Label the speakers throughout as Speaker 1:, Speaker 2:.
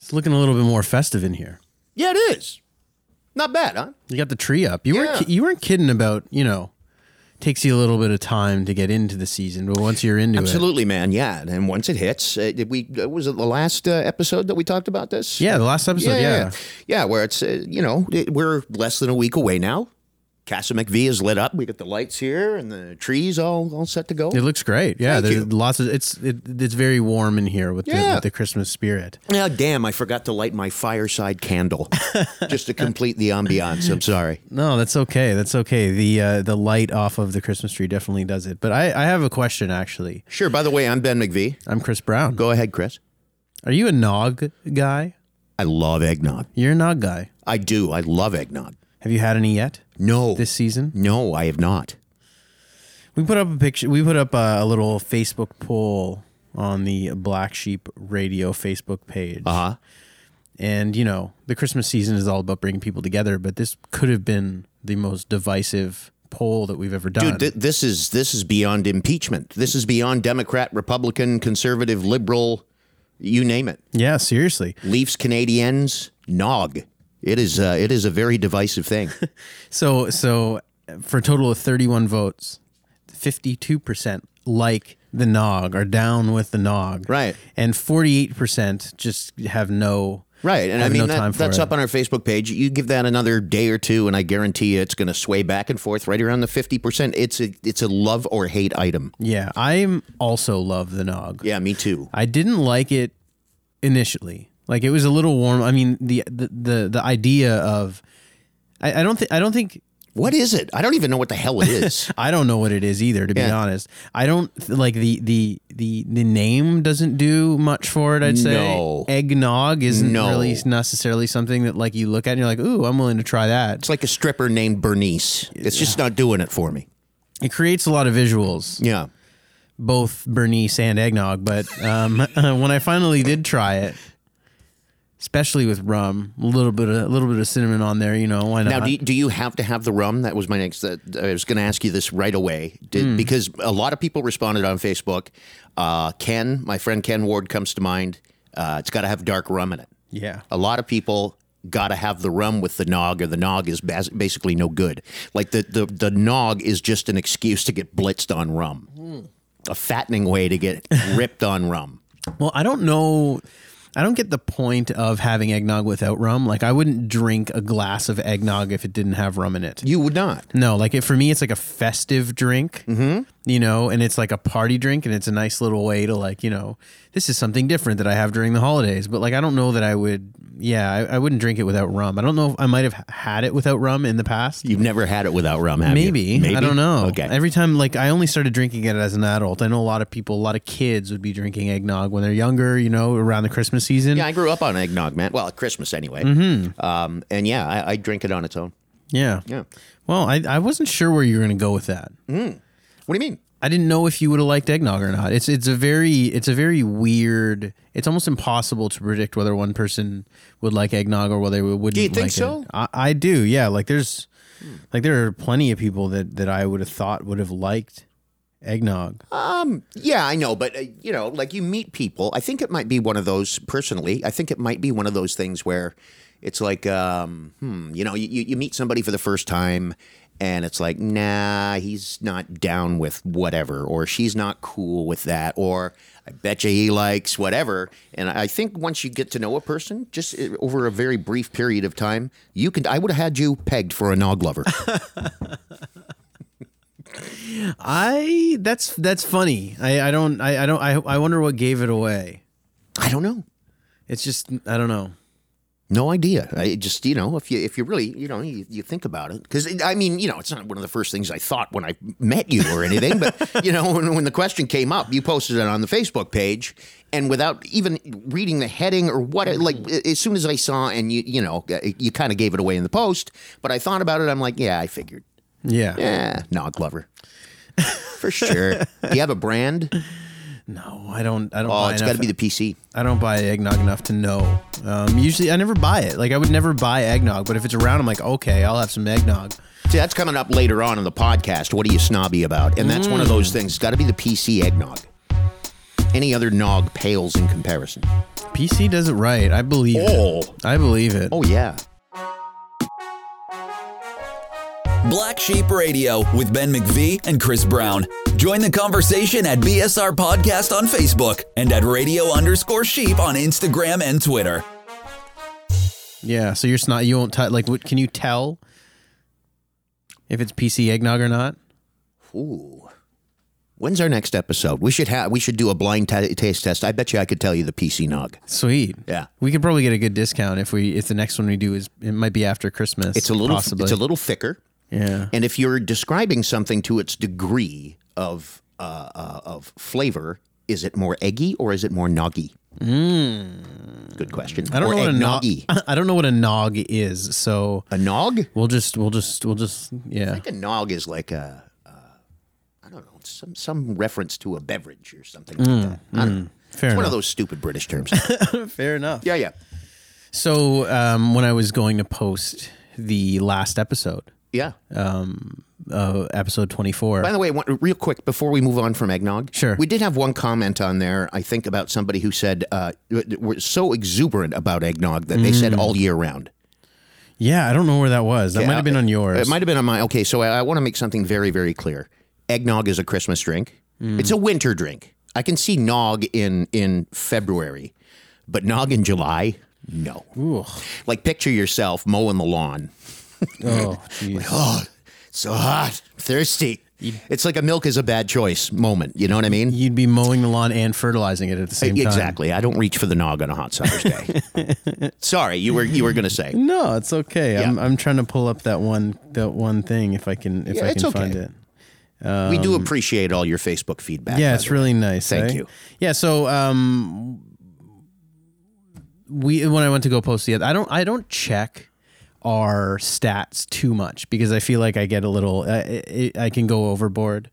Speaker 1: It's looking a little bit more festive in here.
Speaker 2: Yeah, it is. Not bad, huh?
Speaker 1: You got the tree up. You
Speaker 2: Yeah.
Speaker 1: weren't ki- you weren't kidding about you know. Takes you a little bit of time to get into the season, but once you're into it,
Speaker 2: Absolutely, man. Yeah, and once it hits, uh, did we uh, was it the last uh, episode that we talked about this?
Speaker 1: yeah, the last episode, yeah,
Speaker 2: yeah, Yeah, where it's uh, you know it, we're less than a week away now. Casa McVie is lit up. We got the lights here and the trees all all set to go.
Speaker 1: it looks great. Yeah,
Speaker 2: Thank
Speaker 1: there's
Speaker 2: you.
Speaker 1: lots of it's it, it's very warm in here with, the,
Speaker 2: Yeah.
Speaker 1: with the Christmas spirit.
Speaker 2: Now, Oh, damn, I forgot to light my fireside candle just to complete the ambiance. I'm sorry.
Speaker 1: No, that's okay. That's okay. The uh, the light off of the Christmas tree definitely does it. But I, I have a question actually.
Speaker 2: Sure. By the way, I'm Ben McVie.
Speaker 1: I'm Chris Brown.
Speaker 2: Go ahead, Chris.
Speaker 1: Are you a nog guy?
Speaker 2: I love eggnog.
Speaker 1: You're a nog guy.
Speaker 2: I do. I love eggnog.
Speaker 1: Have you had any yet
Speaker 2: No,
Speaker 1: this season?
Speaker 2: no, I have not.
Speaker 1: We put up a picture. We put up a, a little Facebook poll on the Black Sheep Radio Facebook page.
Speaker 2: Uh huh.
Speaker 1: And you know, the Christmas season is all about bringing people together, but this could have been the most divisive poll that we've ever done.
Speaker 2: Dude, th- this is this is beyond impeachment. This is beyond Democrat, Republican, conservative, liberal, you name it.
Speaker 1: yeah, seriously.
Speaker 2: Leafs, Canadians, nog. It is uh, it is a very divisive thing.
Speaker 1: So so for a total of 31 votes, 52% like the nog are down with the nog.
Speaker 2: Right.
Speaker 1: And 48% just have no
Speaker 2: Right, and I
Speaker 1: have
Speaker 2: mean
Speaker 1: no
Speaker 2: that,
Speaker 1: time for
Speaker 2: that's
Speaker 1: it.
Speaker 2: up on our Facebook page. You give that another day or two, and I guarantee you it's going to sway back and forth, right around the fifty percent. It's a it's a love or hate item.
Speaker 1: Yeah, I'm also love the nog.
Speaker 2: Yeah, me too.
Speaker 1: I didn't like it initially. Like it was a little warm. I mean, the the the, the idea of I, I don't think I don't think
Speaker 2: What is it? I don't even know what the hell it is.
Speaker 1: I don't know what it is either, to be
Speaker 2: Yeah.
Speaker 1: honest. I don't th- like the the the the name doesn't do much for it. I'd say
Speaker 2: No.
Speaker 1: eggnog isn't
Speaker 2: No.
Speaker 1: really necessarily something that like you look at and you're like, ooh, I'm willing to try that.
Speaker 2: it's like a stripper named Bernice. It's just not doing it for me.
Speaker 1: It creates a lot of visuals,
Speaker 2: Yeah,
Speaker 1: both Bernice and eggnog. But um, when I finally did try it, especially with rum, a little bit of, a little bit of cinnamon on there, you know, why not?
Speaker 2: Now, do you, do you have to have the rum? That was my next. That I was going to ask you this right away Did,
Speaker 1: Hmm.
Speaker 2: because a lot of people responded on Facebook. Uh, Ken, my friend Ken Ward, comes to mind. Uh, it's got to have dark rum in it.
Speaker 1: yeah.
Speaker 2: A lot of people got to have the rum with the nog, or the nog is bas- basically no good. Like the the the nog is just an excuse to get blitzed on rum,
Speaker 1: Hmm.
Speaker 2: a fattening way to get ripped on rum.
Speaker 1: Well, I don't know. I don't get the point of having eggnog without rum. Like, I wouldn't drink a glass of eggnog if it didn't have rum in it.
Speaker 2: You would not.
Speaker 1: No, like it, for me, it's like a festive drink, mm-hmm. you know, and it's like a party drink, and it's a nice little way to like, you know, this is something different that I have during the holidays. But like, I don't know that I would, yeah, I, I wouldn't drink it without rum. I don't know if I might have had it without rum in the past.
Speaker 2: You've never had it without rum, have you?
Speaker 1: Maybe. I don't know.
Speaker 2: Okay.
Speaker 1: Every time, like, I only started drinking it as an adult. I know a lot of people, a lot of kids would be drinking eggnog when they're younger, you know, around the Christmas season.
Speaker 2: Yeah, I grew up on eggnog, man. Well, at Christmas anyway. Um, and yeah, I, I drink it on its own.
Speaker 1: Yeah.
Speaker 2: Yeah.
Speaker 1: Well, I, I wasn't sure where you were going to go with that.
Speaker 2: What do you mean?
Speaker 1: I didn't know if you would have liked eggnog or not. It's it's a very it's a very weird. It's almost impossible to predict whether one person would like eggnog or whether they wouldn't. Do
Speaker 2: you think
Speaker 1: like
Speaker 2: so?
Speaker 1: It. I, I do. Yeah. Like there's like there are plenty of people that that I would have thought would have liked eggnog.
Speaker 2: Um, Yeah, I know, but uh, you know, like you meet people. I think it might be one of those. Personally, I think it might be one of those things where it's like, um, hmm, you know, you, you meet somebody for the first time, and it's like, nah, he's not down with whatever, or she's not cool with that, or I bet you he likes whatever. And I think once you get to know a person, just uh, over a very brief period of time, you can. I would have had you pegged for a nog lover.
Speaker 1: I that's that's funny. I I don't I I don't I I wonder what gave it away.
Speaker 2: I don't know.
Speaker 1: It's just I don't know.
Speaker 2: No idea. I just you know if you if you really you know you, you think about it because I mean you know it's not one of the first things I thought when I met you or anything, but you know when, when the question came up, you posted it on the Facebook page, and without even reading the heading or what, it, like a- as soon as I saw and you you know uh, you kind of gave it away in the post, but I thought about it. I'm like, yeah, I figured,
Speaker 1: Yeah.
Speaker 2: yeah, no, Glover, for sure. Do you have a brand?
Speaker 1: No, I don't. I don't.
Speaker 2: Oh,
Speaker 1: buy
Speaker 2: it's
Speaker 1: enough-
Speaker 2: got to be the PC.
Speaker 1: I don't buy eggnog enough to know. Um, usually, I never buy it. Like, I would never buy eggnog, but if it's around, I'm like, okay, I'll have some eggnog.
Speaker 2: See, that's coming up later on Mm. in the podcast. What are you snobby about? And that's one of those things. It's got to be the PC eggnog. any other nog pales in comparison.
Speaker 1: PC does it right. I believe
Speaker 2: Oh.
Speaker 1: it. I believe it.
Speaker 2: Oh, yeah.
Speaker 3: Black Sheep Radio with Ben McVee and Chris Brown. Join the conversation at BSR Podcast on Facebook and at radio underscore sheep on Instagram and Twitter.
Speaker 1: Yeah. So you're snot. You won't t- like. What can you tell if it's PC eggnog or not?
Speaker 2: Ooh. When's our next episode? We should have we should do a blind ta taste test. I bet you I could tell you the PC nog.
Speaker 1: Sweet.
Speaker 2: Yeah.
Speaker 1: We could probably get a good discount if we if the next one we do is it might be after Christmas.
Speaker 2: It's a little
Speaker 1: possibly.
Speaker 2: it's a little thicker.
Speaker 1: yeah.
Speaker 2: And if you're describing something to its degree of uh, uh, of flavor, is it more eggy or is it more noggy? Mm. Good question.
Speaker 1: I don't
Speaker 2: or
Speaker 1: know what a nog.
Speaker 2: eggnoggy.
Speaker 1: I don't know what a nog is. So
Speaker 2: A nog?
Speaker 1: we'll just we'll just we'll just yeah.
Speaker 2: I think a nog is like a, uh, I don't know, some some reference to a beverage or something like that. I don't know.
Speaker 1: Mm, Fair
Speaker 2: It's one
Speaker 1: enough.
Speaker 2: of those stupid British terms.
Speaker 1: Fair enough.
Speaker 2: yeah, yeah,
Speaker 1: So um, when I was going to post the last episode,
Speaker 2: yeah.
Speaker 1: uh, episode twenty four.
Speaker 2: By the way, one, real quick before we move on from eggnog,
Speaker 1: Sure.
Speaker 2: We did have one comment on there. I think about somebody who said uh, we're so exuberant about eggnog that they
Speaker 1: Mm.
Speaker 2: said all year round.
Speaker 1: Yeah, I don't know where that was. That might have been on yours.
Speaker 2: It might have been on mine. Okay, so I, I want to make something very, very clear. Eggnog is a Christmas drink. It's a winter drink. I can see nog in in February, but nog in July, no. Like picture yourself mowing the lawn.
Speaker 1: oh, jeez.
Speaker 2: Oh, so hot, thirsty. It's like a milk is a bad choice moment. You know what I mean?
Speaker 1: You'd be mowing the lawn and fertilizing it at the same time.
Speaker 2: Exactly. I don't reach for the nog on a hot summer's day. Sorry, you were you were going to say.
Speaker 1: No, it's okay. I'm
Speaker 2: Yeah.
Speaker 1: I'm trying to pull up that one that one thing if I can if
Speaker 2: Yeah,
Speaker 1: I
Speaker 2: it's
Speaker 1: can
Speaker 2: okay.
Speaker 1: find it.
Speaker 2: we do appreciate all your Facebook feedback.
Speaker 1: Yeah,
Speaker 2: by
Speaker 1: it's
Speaker 2: the way.
Speaker 1: really nice.
Speaker 2: Thank
Speaker 1: eh?
Speaker 2: you.
Speaker 1: Yeah, so um, we when I went to go post the other, I don't I don't check our stats too much because I feel like I get a little uh, I, I can go overboard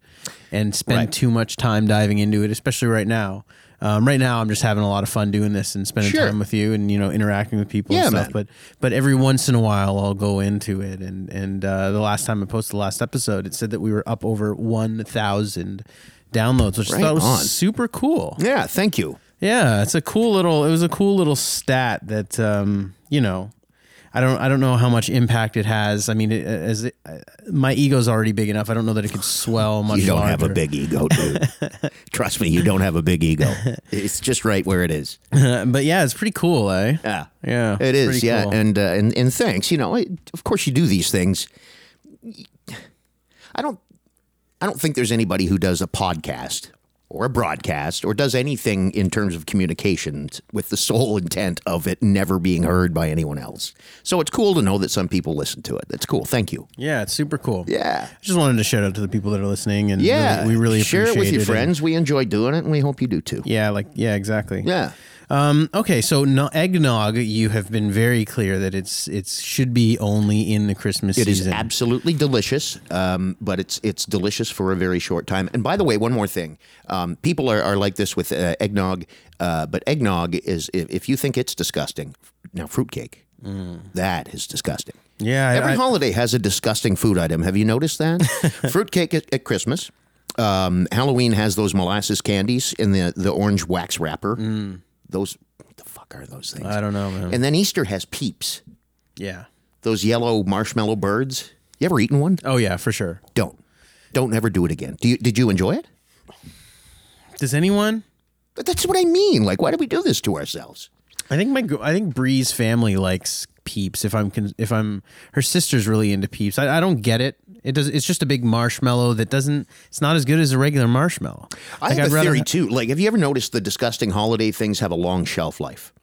Speaker 1: and spend
Speaker 2: Right.
Speaker 1: too much time diving into it, especially right now. Um, right now, I'm just having a lot of fun doing this and spending
Speaker 2: Sure.
Speaker 1: time with you and you know interacting with people
Speaker 2: Yeah,
Speaker 1: and stuff.
Speaker 2: man.
Speaker 1: But but every once in a while, I'll go into it and and uh, the last time I posted the last episode, it said that we were up over 1,000 downloads, which I
Speaker 2: Right
Speaker 1: thought was
Speaker 2: on.
Speaker 1: super cool.
Speaker 2: Yeah, thank you.
Speaker 1: Yeah, it's a cool little. It was a cool little stat that um, you know. I don't. I don't know how much impact it has. I mean, it, as it, uh, my ego's already big enough, I don't know that it could swell much.
Speaker 2: You don't
Speaker 1: larger.
Speaker 2: have a big ego, dude. Trust me, you don't have a big ego. It's just right where it is.
Speaker 1: but yeah, it's pretty cool, eh?
Speaker 2: Yeah,
Speaker 1: Yeah,
Speaker 2: it
Speaker 1: it's
Speaker 2: is.
Speaker 1: pretty
Speaker 2: Yeah,
Speaker 1: cool.
Speaker 2: and uh, and and thanks. You know, I, of course you do these things. I don't. I don't think there's anybody who does a podcast or a broadcast or does anything in terms of communications with the sole intent of it never being heard by anyone else. So it's cool to know that some people listen to it. That's cool. Thank you.
Speaker 1: Yeah, it's super cool.
Speaker 2: Yeah.
Speaker 1: I just wanted to shout out to the people that are listening, and
Speaker 2: Yeah.
Speaker 1: really- we really
Speaker 2: share it
Speaker 1: appreciate
Speaker 2: with your
Speaker 1: and-
Speaker 2: friends. we enjoy doing it, and we hope you do too.
Speaker 1: yeah, like yeah, exactly.
Speaker 2: yeah.
Speaker 1: Um, okay, so no, eggnog, you have been very clear that it's it's should be only in the Christmas
Speaker 2: It is
Speaker 1: season.
Speaker 2: absolutely delicious, um, but it's it's delicious for a very short time. And by the way, one more thing: um, people are, are like this with uh, eggnog, uh, but eggnog is if, if you think it's disgusting, now fruitcake, that is disgusting.
Speaker 1: yeah, Mm. I-
Speaker 2: Every
Speaker 1: I-
Speaker 2: holiday has a disgusting food item. Have you noticed that? fruitcake at, at Christmas. Um, Halloween has those molasses candies in the the orange wax wrapper. Those what the fuck are those things?
Speaker 1: Mm. I don't know, man.
Speaker 2: and then Easter has peeps.
Speaker 1: yeah.
Speaker 2: Those yellow marshmallow birds. You ever eaten one?
Speaker 1: Oh yeah, for sure.
Speaker 2: don't don't ever do it again do you, did you enjoy it
Speaker 1: Does anyone?
Speaker 2: but that's what i mean like why do we do this to ourselves
Speaker 1: I think my gr- I think Bree's family likes Peeps. If I'm con- if I'm her sister's really into Peeps. I, I don't get it. It does. It's just a big marshmallow that doesn't. It's not as good as a regular marshmallow.
Speaker 2: i
Speaker 1: Like,
Speaker 2: have
Speaker 1: I'd
Speaker 2: a
Speaker 1: rather
Speaker 2: theory
Speaker 1: ha-
Speaker 2: too like have you ever noticed the disgusting holiday things have a long shelf life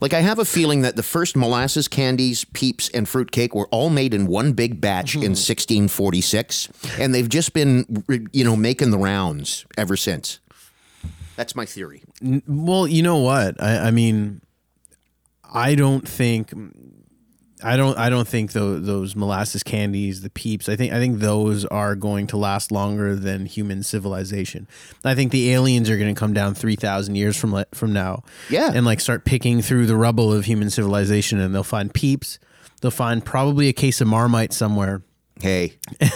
Speaker 2: like i have a feeling that the first molasses candies peeps and fruitcake were all made in one big batch
Speaker 1: Mm-hmm.
Speaker 2: in 1646 and they've just been r- you know making the rounds ever since that's my theory
Speaker 1: Well, you know what? I, I mean, I don't think, I don't, I don't think tho- those molasses candies, the peeps. I think, I think those are going to last longer than human civilization. I think the aliens are going to come down three thousand years from le- from now,
Speaker 2: Yeah.
Speaker 1: and like start picking through the rubble of human civilization, and they'll find peeps. They'll find probably a case of marmite somewhere
Speaker 2: Hey,
Speaker 1: And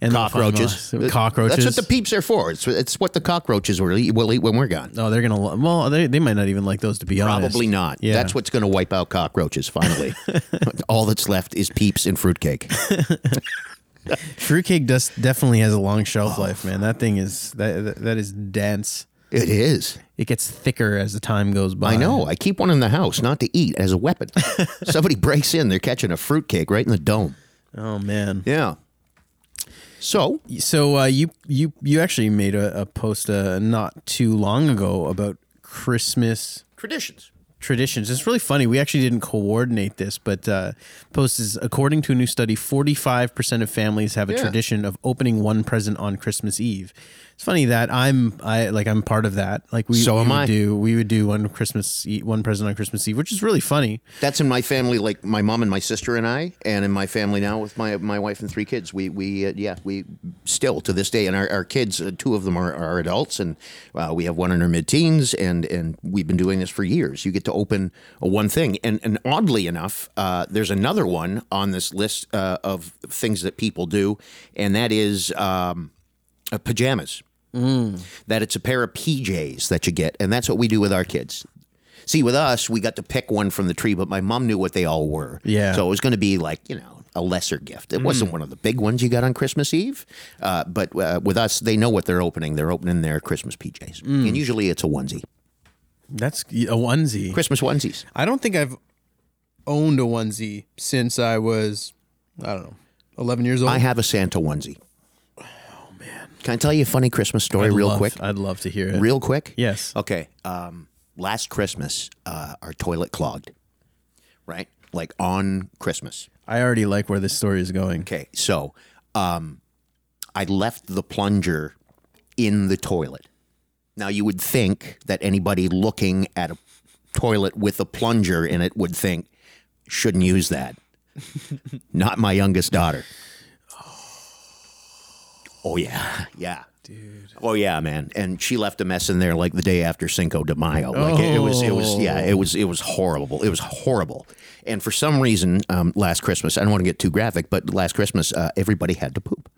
Speaker 1: they'll find
Speaker 2: cockroaches.
Speaker 1: us. Cockroaches.
Speaker 2: That's what the peeps are for. It's, it's what the cockroaches will eat, will eat when we're gone.
Speaker 1: oh, they're gonna. lo- Well, they, they might not even like those to be honest.
Speaker 2: Probably not.
Speaker 1: Yeah.
Speaker 2: That's what's going to wipe out cockroaches finally. All that's left is peeps and fruitcake.
Speaker 1: Fruitcake does definitely has a long shelf
Speaker 2: Oh.
Speaker 1: life, man. That thing is that that- that is dense.
Speaker 2: It is.
Speaker 1: It gets thicker as the time goes by.
Speaker 2: I know. I keep one in the house not to eat as a weapon. Somebody breaks in, they're catching a fruitcake right in the dome.
Speaker 1: Oh man.
Speaker 2: Yeah. So,
Speaker 1: So uh, you you you actually made a, a post uh, not too long ago about Christmas
Speaker 2: traditions.
Speaker 1: traditions. It's really funny. We actually didn't coordinate this, but uh, post is according to a new study, forty five percent of families have a
Speaker 2: Yeah.
Speaker 1: tradition of opening one present on Christmas Eve. It's funny that I'm I like I'm part of that. Like we,
Speaker 2: So
Speaker 1: we
Speaker 2: am
Speaker 1: would
Speaker 2: I.
Speaker 1: do we would do one Christmas E- one present on Christmas Eve, which is really funny.
Speaker 2: That's in my family, like my mom and my sister and I, and in my family now with my my wife and three kids. We we uh, yeah we still to this day, and our, our kids, uh, two of them are, are adults, and uh, we have one in her mid teens, and and we've been doing this for years. You get to open a one thing, and and oddly enough, uh, there's another one on this list uh, of things that people do, and that is um, uh, pajamas. That it's a pair of PJs that you get, and that's what we do with our kids. See, with us, we got to pick one from the tree, but my mom knew what they all were.
Speaker 1: Yeah. Mm.
Speaker 2: So it was going to be like, you know, a lesser gift. It wasn't one of the big ones you got on Christmas Eve. Uh, but uh, with us, they know what they're opening. They're opening their Christmas PJs.
Speaker 1: Mm.
Speaker 2: And usually it's a onesie,
Speaker 1: That's a onesie.
Speaker 2: Christmas onesies.
Speaker 1: I don't think I've owned a onesie since I was I don't know eleven years old.
Speaker 2: I have a Santa onesie. Oh, man. Can I tell you a funny Christmas story real
Speaker 1: Love-
Speaker 2: quick?
Speaker 1: I'd love to hear it.
Speaker 2: Real quick?
Speaker 1: Yes.
Speaker 2: Okay. Um, last Christmas, uh, our toilet clogged, right? Like on Christmas.
Speaker 1: I already like where this story is going.
Speaker 2: Okay, so um, I left the plunger in the toilet. Now you would think that anybody looking at a toilet with a plunger in it would think shouldn't use that. Not my youngest daughter. Oh yeah, yeah. Dude. Oh yeah, man. And she left a mess in there like the day after Cinco de Mayo. Like it, it was, it was, yeah, it was, it was horrible. It was horrible. And for some reason, um, last Christmas, I don't want to get too graphic, but last Christmas, uh, everybody had to poop.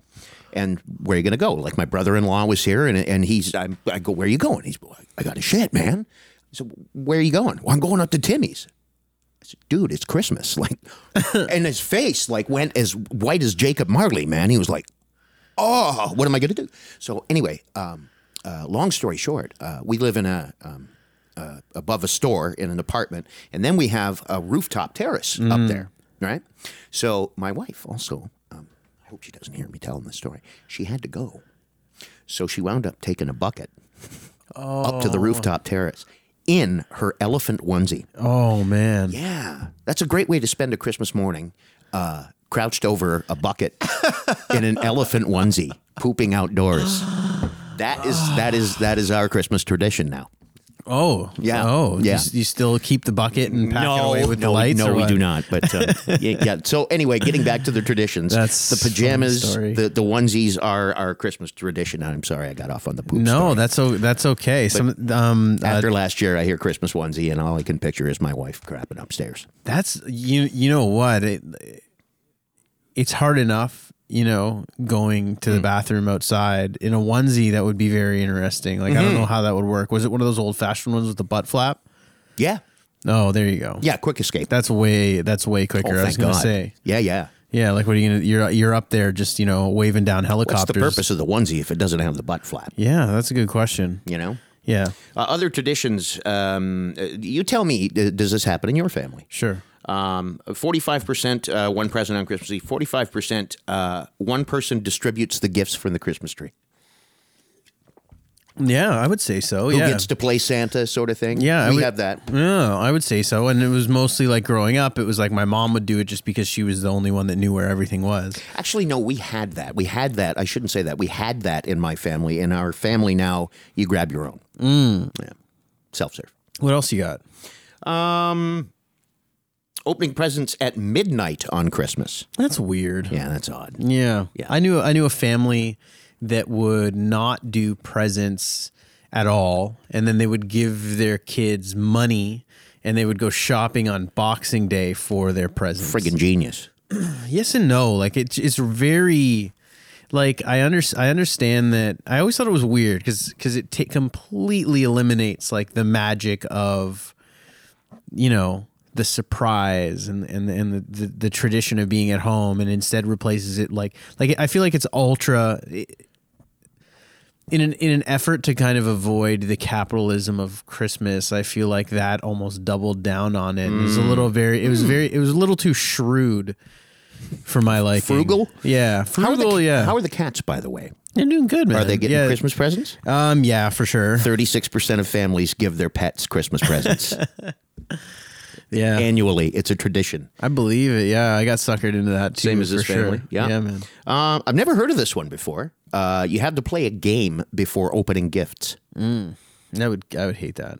Speaker 2: And where are you going to go? Like my brother-in-law was here, and and he's, I'm, I go, where are you going? He's, like, I got a shit, man. So where are you going? Well, I'm going up to Timmy's dude, it's Christmas. Like, and his face like went as white as Jacob Marley, man. He was like, oh, what am I going to do? So anyway, um, uh, long story short, uh, we live in a um, uh, above a store in an apartment, and then we have a rooftop terrace up there, right? So my wife also, um, I hope she doesn't hear me telling this story. She had to go, so she wound up taking a bucket up to the rooftop terrace in her elephant onesie.
Speaker 1: Oh man.
Speaker 2: Yeah, that's a great way to spend a Christmas morning, uh, crouched over a bucket in an elephant onesie, pooping outdoors. That is that is that is our Christmas tradition now.
Speaker 1: Oh.
Speaker 2: Yeah.
Speaker 1: Oh. you
Speaker 2: Yeah.
Speaker 1: s- You, still keep the bucket and pack it away with
Speaker 2: no,
Speaker 1: the lights?
Speaker 2: no,
Speaker 1: or
Speaker 2: we
Speaker 1: what?
Speaker 2: do not. But uh, yeah, yeah. So anyway, getting back to the traditions,
Speaker 1: That's
Speaker 2: the pajamas,
Speaker 1: funny story.
Speaker 2: the, the onesies are our Christmas tradition. I'm sorry, I got off on the poop.
Speaker 1: No,
Speaker 2: story.
Speaker 1: that's o- that's okay. Some um uh,
Speaker 2: After last year, I hear Christmas onesie, and all I can picture is my wife crapping upstairs.
Speaker 1: that's you you know what it, it's hard enough you know going to the bathroom outside in a onesie that would be very interesting. Like I don't know how that would work. Was it one of those old fashioned ones with the butt flap?
Speaker 2: Yeah,
Speaker 1: Oh, there you go.
Speaker 2: yeah. Oh, Quick escape.
Speaker 1: That's way that's way quicker. I was gonna say.
Speaker 2: Yeah, yeah.
Speaker 1: Yeah, like what are you gonna you're you're up there just, you know, waving down
Speaker 2: What's
Speaker 1: helicopters.
Speaker 2: the purpose of the onesie if it doesn't have the butt flap?
Speaker 1: Yeah, that's a good question.
Speaker 2: You know.
Speaker 1: Yeah,
Speaker 2: Uh, other traditions. Um, uh, you tell me, d- does this happen in your family?
Speaker 1: sure.
Speaker 2: Um, forty-five percent uh, one present on Christmas Eve. Forty-five percent uh, one person distributes the gifts from the Christmas tree.
Speaker 1: Yeah, I would say so.
Speaker 2: Who
Speaker 1: yeah.
Speaker 2: gets to play Santa, sort of thing.
Speaker 1: yeah, I
Speaker 2: we
Speaker 1: would-
Speaker 2: have that.
Speaker 1: Yeah, I would say so. And it was mostly like growing up, it was like my mom would do it just because she was the only one that knew where everything was.
Speaker 2: Actually, no, we had that. We had that. I shouldn't say that. We had that in my family. In our family now, you grab your own. Mm. Yeah. Self-serve.
Speaker 1: What else you got?
Speaker 2: Opening presents at midnight on Christmas.
Speaker 1: That's weird.
Speaker 2: Yeah, that's odd.
Speaker 1: Yeah. I knew I knew a family that would not do presents at all and then they would give their kids money and they would go shopping on Boxing Day for their presents.
Speaker 2: Friggin' genius.
Speaker 1: yes and no. Like it, it's very like I under, I understand that I always thought it was weird because it ta completely eliminates like the magic of you know the surprise and and and the, the the tradition of being at home and instead replaces it like like I feel like it's ultra in an in an effort to kind of avoid the capitalism of Christmas, I feel like that almost doubled down on it. It was
Speaker 2: Mm.
Speaker 1: a little very it was very it was a little too shrewd for my liking.
Speaker 2: Frugal?
Speaker 1: Yeah.
Speaker 2: How are
Speaker 1: Frugal,
Speaker 2: the,
Speaker 1: yeah.
Speaker 2: How are the cats, by the way?
Speaker 1: They're doing good, man.
Speaker 2: Are they getting
Speaker 1: yeah.
Speaker 2: Christmas presents?
Speaker 1: Um yeah, for sure.
Speaker 2: Thirty-six percent of families give their pets Christmas presents
Speaker 1: Yeah.
Speaker 2: annually. It's a tradition.
Speaker 1: I believe it. Yeah, I got suckered into that too.
Speaker 2: Same as this
Speaker 1: for sure.
Speaker 2: family. Yeah.
Speaker 1: Yeah, man.
Speaker 2: Um, I've never heard of this one before. Uh, you had to play a game before opening gifts.
Speaker 1: I would I would hate that.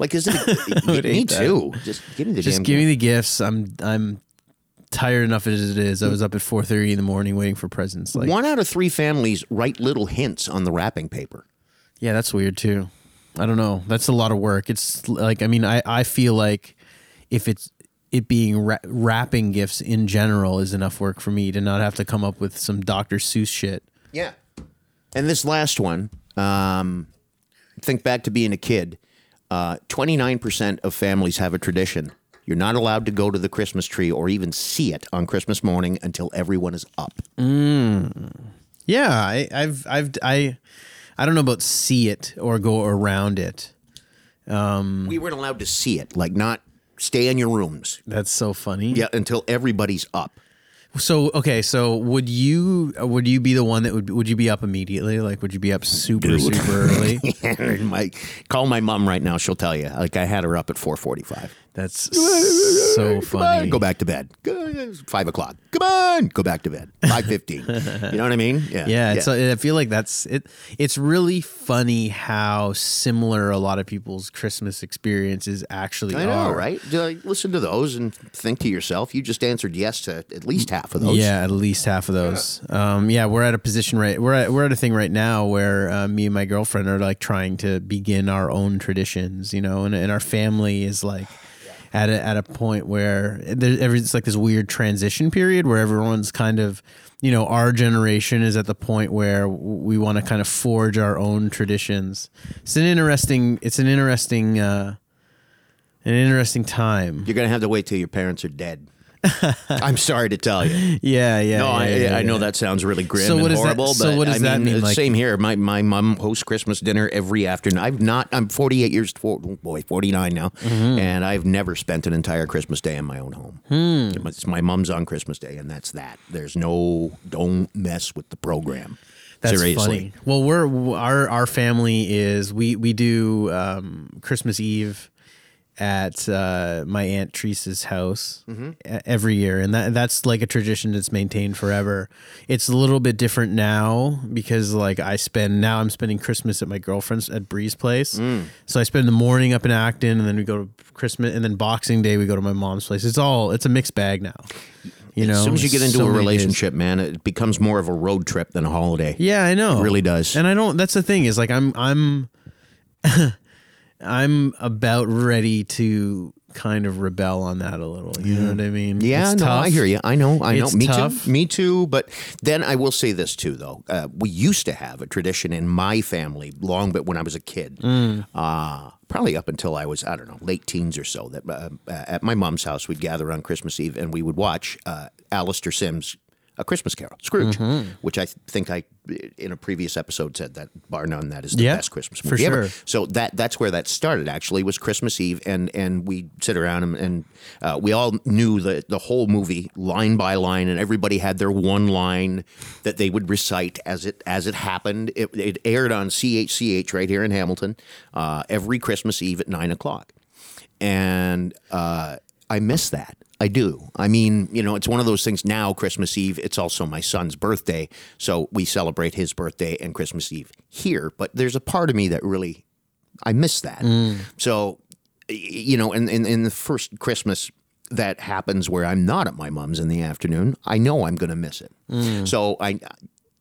Speaker 2: Like, is it? me
Speaker 1: hate that.
Speaker 2: too. Just give me the
Speaker 1: Just
Speaker 2: damn
Speaker 1: give me
Speaker 2: game.
Speaker 1: the gifts. I'm I'm tired enough as it is. I was up at 4:30 in the morning waiting for presents like
Speaker 2: One out of three families write little hints on the wrapping paper.
Speaker 1: Yeah, that's weird too. I don't know. That's a lot of work. It's like I mean, I I feel like if it's it being ra- wrapping gifts in general is enough work for me to not have to come up with some Dr. Seuss shit.
Speaker 2: Yeah. And this last one, um, think back to being a kid. Uh, 29% of families have a tradition. You're not allowed to go to the Christmas tree or even see it on Christmas morning until everyone is up.
Speaker 1: Yeah, I, I've I've I I don't know about see it or go around it.
Speaker 2: We weren't allowed to see it, like not stay in your rooms.
Speaker 1: That's so funny.
Speaker 2: Yeah, until everybody's up.
Speaker 1: So okay, so would you would you be the one that would would you be up immediately? Like would you be up super super early?
Speaker 2: my, call my mom right now; she'll tell you. Like I had her up at four forty-five.
Speaker 1: That's so funny.
Speaker 2: Go back to bed. Go- it's Five o'clock. Come on, go back to bed. Five fifteen. you know what I mean?
Speaker 1: Yeah, it's I feel like that's it. It's really funny how similar a lot of people's Christmas experiences actually
Speaker 2: I
Speaker 1: are.
Speaker 2: know, right? Do, like, Listen to those and think to yourself. You just answered yes to at least half of those.
Speaker 1: Yeah, at least half of those. Yeah. Um, yeah, we're at a position right. We're at, we're at a thing right now where uh, me and my girlfriend are like trying to begin our own traditions, you know, and, and our family is like at a, at a point where there, every, it's like this weird transition period where everyone's kind of, you know, our generation is at the point where w- we want to kind of forge our own traditions. It's an interesting. It's an interesting. Uh, an interesting time.
Speaker 2: You're gonna have to wait till your parents are dead. I'm sorry to tell you.
Speaker 1: Yeah, yeah.
Speaker 2: No,
Speaker 1: yeah,
Speaker 2: I,
Speaker 1: yeah,
Speaker 2: I know
Speaker 1: yeah.
Speaker 2: that sounds really grim
Speaker 1: So
Speaker 2: and
Speaker 1: what does that-
Speaker 2: horrible,
Speaker 1: so
Speaker 2: but
Speaker 1: what does
Speaker 2: I
Speaker 1: that
Speaker 2: mean,
Speaker 1: mean, like-
Speaker 2: same here. My my mom hosts Christmas dinner every afternoon. I've not. I'm 48 years. four- oh boy, 49 now,
Speaker 1: Mm-hmm.
Speaker 2: and I've never spent an entire Christmas day in my own home.
Speaker 1: Hmm.
Speaker 2: It's my mom's on Christmas day, and that's that. There's no. Don't mess with the program.
Speaker 1: That's
Speaker 2: Seriously.
Speaker 1: funny. Well, we're our our family is we we do um, Christmas Eve at uh, my aunt Teresa's house
Speaker 2: Mm-hmm.
Speaker 1: e- every year, and that that's like a tradition that's maintained forever. It's a little bit different now because like I spend now I'm spending Christmas at my girlfriend's at Bree's place,
Speaker 2: Mm.
Speaker 1: so I spend the morning up in Acton, and then we go to Christmas, and then Boxing Day we go to my mom's place. It's all it's a mixed bag now. You know,
Speaker 2: As soon as you get into
Speaker 1: So
Speaker 2: a
Speaker 1: many days.
Speaker 2: relationship, man, it becomes more of a road trip than a holiday.
Speaker 1: Yeah, I know.
Speaker 2: really does.
Speaker 1: And I don't that's the thing is like I'm I'm I'm about ready to kind of rebel on that a little. You know what I mean?
Speaker 2: Yeah,
Speaker 1: It's
Speaker 2: no, I
Speaker 1: tough.
Speaker 2: hear you. I know, I know.
Speaker 1: It's
Speaker 2: Me
Speaker 1: tough.
Speaker 2: too. Me too. But then I will say this too, though. Uh, we used to have a tradition in my family long, but when I was a kid,
Speaker 1: Mm.
Speaker 2: uh, probably up until I was I don't know late teens or so, that uh, at my mom's house we'd gather on Christmas Eve and we would watch uh, Alistair Sims. A Christmas Carol, Scrooge,
Speaker 1: Mm-hmm.
Speaker 2: which I think I, in a previous episode, said that bar none, that is the
Speaker 1: Yeah,
Speaker 2: best Christmas
Speaker 1: for
Speaker 2: movie ever.
Speaker 1: sure.
Speaker 2: So that that's where that started. Actually, was Christmas Eve, and and we sit around and, and uh, we all knew the the whole movie line by line, and everybody had their one line that they would recite as it as it happened. It, it aired on CHCH right here in Hamilton uh, every Christmas Eve at nine o'clock, and uh, I miss that. I do. I mean, you know, it's one of those things now, Christmas Eve, it's also my son's birthday. So we celebrate his birthday and Christmas Eve here. But there's a part of me that really I miss that.
Speaker 1: Mm.
Speaker 2: So, y- you know, in, in, in the first Christmas that happens where I'm not at my mom's in the afternoon, I know I'm going to miss it.
Speaker 1: Mm.
Speaker 2: So, I,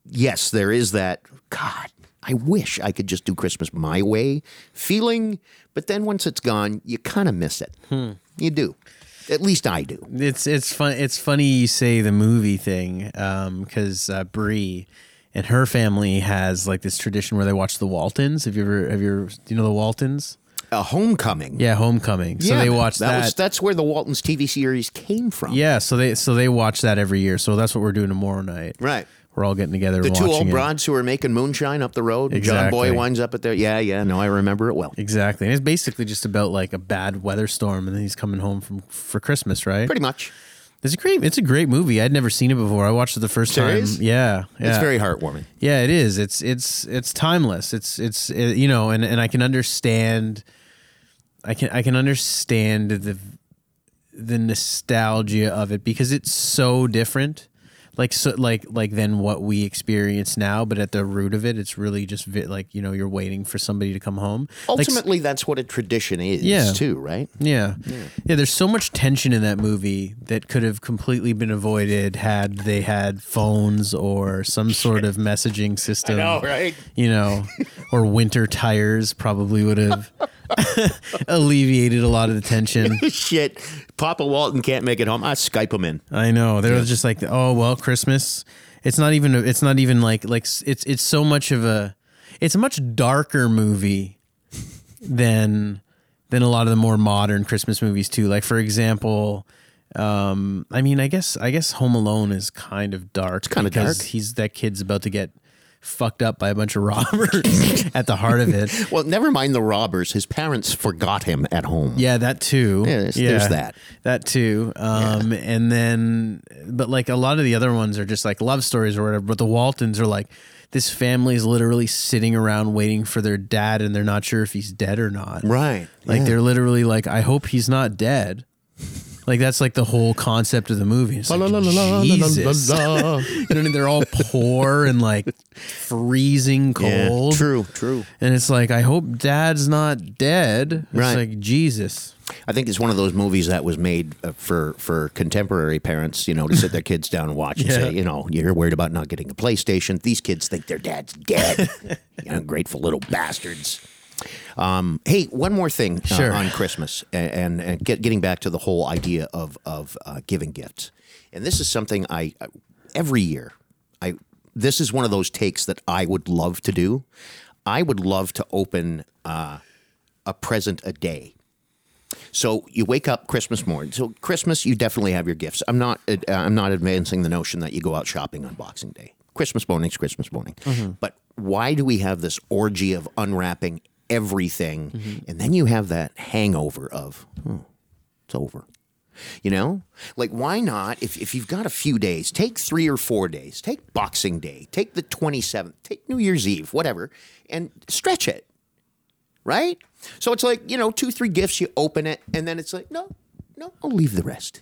Speaker 2: yes, there is that. God, I wish I could just do Christmas my
Speaker 1: Hmm.
Speaker 2: way feeling. But then once it's gone, you kind of miss it. You do. At least I do.
Speaker 1: It's it's fun. It's funny you say the movie thing because uh, Brie and her family has like this tradition where they watch the Waltons. Have you ever have you ever, do you know the Waltons?
Speaker 2: A homecoming.
Speaker 1: Yeah, Homecoming. So they watch that.
Speaker 2: was- that's where the Waltons TV series came from.
Speaker 1: yeah, so they so they watch that every year. So that's what we're doing tomorrow night.
Speaker 2: Right.
Speaker 1: We're all getting together.
Speaker 2: The
Speaker 1: and
Speaker 2: two
Speaker 1: watching
Speaker 2: old
Speaker 1: it.
Speaker 2: broads who are making moonshine up the road. John
Speaker 1: Exactly.
Speaker 2: Boy winds up at there. Yeah, yeah. No, I remember it well.
Speaker 1: Exactly, and it's basically just about like a bad weather storm, and then he's coming home from for Christmas, right?
Speaker 2: Pretty much.
Speaker 1: It's a great. It's a great movie. I'd never seen it before. I watched it the first
Speaker 2: Serious?
Speaker 1: time. Yeah, yeah.
Speaker 2: It's very heartwarming.
Speaker 1: Yeah, it is. It's it's it's timeless. It's it's it, you know, and and I can understand. I can I can understand the the nostalgia of it because it's so different, like so like like than what we experience now. But at the root of it, it's really just vi- like you know you're waiting for somebody to come home. Like, s-
Speaker 2: Ultimately, that's what a tradition is,
Speaker 1: Yeah.
Speaker 2: too, right?
Speaker 1: yeah. yeah, There's so much tension in that movie that could have completely been avoided had they had phones or some sort of messaging system
Speaker 2: right?
Speaker 1: you know, or winter tires probably would have alleviated a lot of the tension.
Speaker 2: Shit. Papa Walton can't make it home. I Skype him in.
Speaker 1: I know they was just like, oh well, Christmas. It's not even. It's not even like like s- it's it's so much of a. It's a much darker movie than than a lot of the more modern Christmas movies too. Like for example. Um, I mean, I guess I guess Home Alone is kind of dark. It's
Speaker 2: kinda dark.
Speaker 1: He's that kid's about to get fucked up by a bunch of robbers at the heart of it.
Speaker 2: Well, never mind the robbers. His parents forgot him at home.
Speaker 1: Yeah, that too.
Speaker 2: Yeah, there's- there's that.
Speaker 1: That too. Um, And then, but like a lot of the other ones are just like love stories or whatever. But the Waltons are like, this family is literally sitting around waiting for their dad and they're not sure if he's dead or not.
Speaker 2: Right.
Speaker 1: Like
Speaker 2: yeah.
Speaker 1: they're literally like, I hope he's not dead. Like that's like the whole concept of the movie. It's like,
Speaker 2: La, la, la, la, la, la,
Speaker 1: Jesus.
Speaker 2: la, la.
Speaker 1: You know what I mean? They're all poor and like freezing
Speaker 2: Yeah,
Speaker 1: cold.
Speaker 2: True, true.
Speaker 1: And it's like, I hope dad's not dead. It's
Speaker 2: Right.
Speaker 1: like, Jesus.
Speaker 2: I think it's one of those movies that was made uh, for for contemporary parents, you know, to sit their kids down and watch and
Speaker 1: Yeah.
Speaker 2: say, you know, you're worried about not getting a PlayStation. These kids think their dad's dead. you ungrateful little bastards. Um, hey, one more thing uh,
Speaker 1: Sure.
Speaker 2: on Christmas, a- and, and, get, getting back to the whole idea of of uh, giving gifts, and this is something I I- every year I this is one of those takes that I would love to do. I would love to open uh, a present a day. So you wake up Christmas morning. So Christmas, you definitely have your gifts. I'm not. Uh, I'm not advancing the notion that you go out shopping on Boxing Day. Christmas morning's Christmas morning. But why do we have this orgy of unwrapping everything, and then you have that hangover of, oh, it's over. You know, like why not? If, if you've got a few days, take three or four days, take Boxing Day, take the 27th, take New Year's Eve, whatever, and stretch it right? So it's like, you know, two, three gifts, you open it, and then it's like, no, no, I'll leave the rest.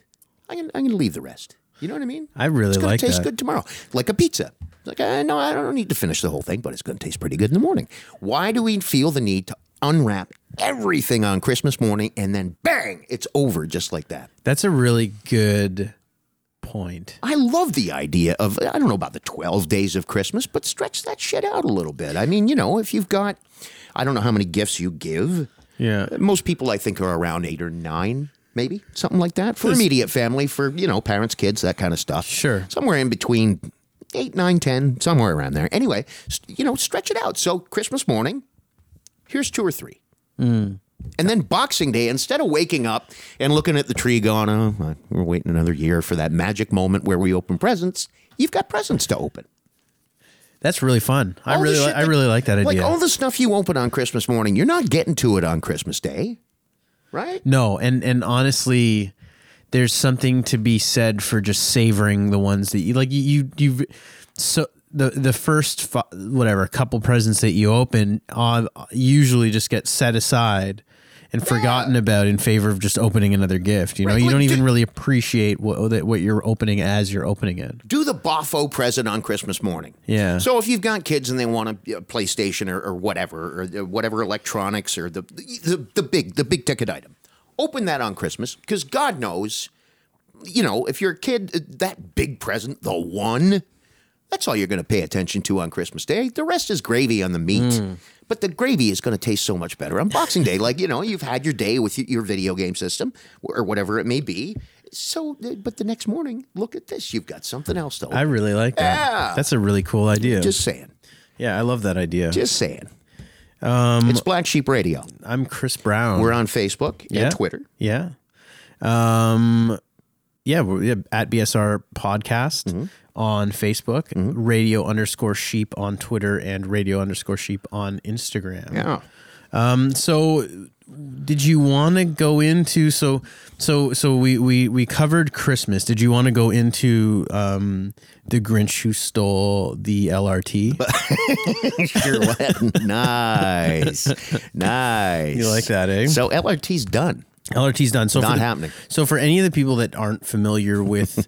Speaker 2: I'm going to I'm gonna leave the rest. You know what I mean?
Speaker 1: I really
Speaker 2: it's gonna
Speaker 1: like
Speaker 2: taste
Speaker 1: that.
Speaker 2: good tomorrow. Like a pizza. It's like, I no, I don't need to finish the whole thing, but it's going to taste pretty good in the morning. Why do we feel the need to unwrap everything on Christmas morning and then bang, it's over just like that?
Speaker 1: That's a really good point.
Speaker 2: I love the idea of I don't know about the 12 days of Christmas, but stretch that shit out a little bit. I mean, you know, if you've got I don't know how many gifts you give.
Speaker 1: Yeah.
Speaker 2: Most people I think are around 8 or 9, maybe, something like that for immediate family for, you know, parents, kids, that kind of stuff.
Speaker 1: Sure.
Speaker 2: Somewhere in between 8, 9, 10, somewhere around there. Anyway, s- you know, stretch it out. So Christmas morning, here's two or three. And then Boxing Day, instead of waking up and looking at the tree going, oh, we're waiting another year for that magic moment where we open presents, you've got presents to open.
Speaker 1: That's really fun. I
Speaker 2: All the
Speaker 1: really
Speaker 2: shit
Speaker 1: li- I really like that
Speaker 2: Like
Speaker 1: idea.
Speaker 2: all the stuff you open on Christmas morning, you're not getting to it on Christmas Day, right?
Speaker 1: no, and and honestly there's something to be said for just savoring the ones that you like you you you've so the the first fi- whatever couple presents that you open uh, usually just get set aside and forgotten about in favor of just opening another gift you know
Speaker 2: Right,
Speaker 1: you
Speaker 2: like,
Speaker 1: don't even
Speaker 2: do-
Speaker 1: really appreciate what that- what you're opening as you're opening it
Speaker 2: do the boffo present on Christmas morning.
Speaker 1: Yeah.
Speaker 2: So if you've got kids and they want a, a PlayStation or, or whatever, or the- whatever electronics or the, the the big the big ticket item, open that on Christmas because God knows, you know, if you're a kid, that big present, the one, That's all you're going to pay attention to on Christmas Day. The rest is gravy on the meat.
Speaker 1: Hmm.
Speaker 2: But the gravy is going to taste so much better on Boxing Day. Like, you know, you've had your day with y- your video game system or whatever it may be. So, uh, but the next morning, look at this. You've got something else to open.
Speaker 1: I really like that.
Speaker 2: Yeah.
Speaker 1: That's a really cool idea.
Speaker 2: just saying.
Speaker 1: yeah, I love that idea.
Speaker 2: Just saying.
Speaker 1: Um,
Speaker 2: it's Black Sheep Radio.
Speaker 1: I'm Chris Brown.
Speaker 2: We're on Facebook
Speaker 1: Yeah.
Speaker 2: and Twitter.
Speaker 1: Yeah. Um, yeah, we're yeah, at BSR podcast
Speaker 2: Mm-hmm.
Speaker 1: on Facebook, radio underscore sheep on Twitter, and radio underscore sheep on Instagram.
Speaker 2: Yeah.
Speaker 1: So, did you want to go into so so so we we we covered Christmas? Did you want to go into um the Grinch who stole the LRT?
Speaker 2: Sure. what? nice. Nice.
Speaker 1: You like that, eh?
Speaker 2: So LRT's done.
Speaker 1: LRT's done. So for
Speaker 2: Not
Speaker 1: the-
Speaker 2: happening.
Speaker 1: So for any of the people that aren't familiar with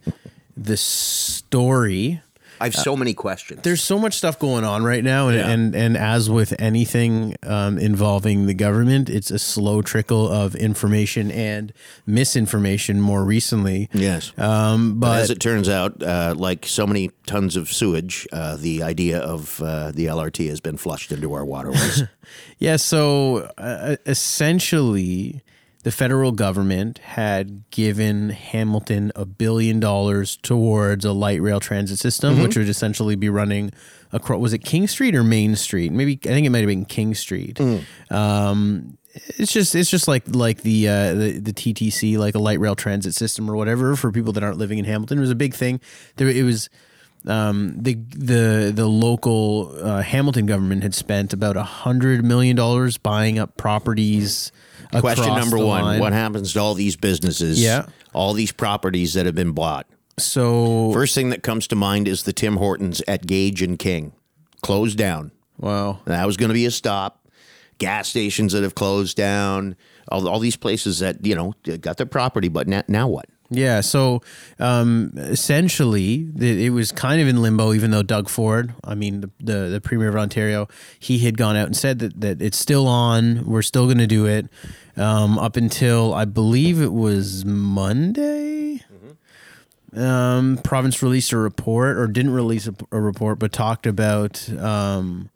Speaker 1: the story,
Speaker 2: I have so many questions.
Speaker 1: there's so much stuff going on right now, and and, and as with anything um, involving the government, it's a slow trickle of information and misinformation. More recently,
Speaker 2: yes.
Speaker 1: um, but
Speaker 2: As it turns out, uh, like so many tons of sewage, uh, the idea of uh, the LRT has been flushed into our waterways.
Speaker 1: Yeah, so uh, essentially, the federal government had given Hamilton a billion dollars towards a light rail transit system, which would essentially be running across. Was it King Street or Main Street? Maybe I think it might have been King Street. Um, it's just it's just like like the, uh, the the TTC, like a light rail transit system or whatever for people that aren't living in Hamilton. It was a big thing. There it was um, the the the local uh, Hamilton government had spent about a hundred million dollars buying up properties.
Speaker 2: Question
Speaker 1: across
Speaker 2: number
Speaker 1: the
Speaker 2: one
Speaker 1: line.
Speaker 2: What happens to all these businesses,
Speaker 1: Yeah.
Speaker 2: all these properties that have been bought?
Speaker 1: So
Speaker 2: First thing that comes to mind is the Tim Hortons at Gage and King, closed down.
Speaker 1: wow,
Speaker 2: That was going to be a stop. Gas stations that have closed down, all, all these places that, you know, got their property, but now, now what?
Speaker 1: yeah. So um, essentially, the, it was kind of in limbo. Even though Doug Ford, I mean the, the the premier of Ontario, he had gone out and said that that it's still on. We're still going to do it um, up until I believe it was Monday. um, province released a report or didn't release a, a report, but talked about um,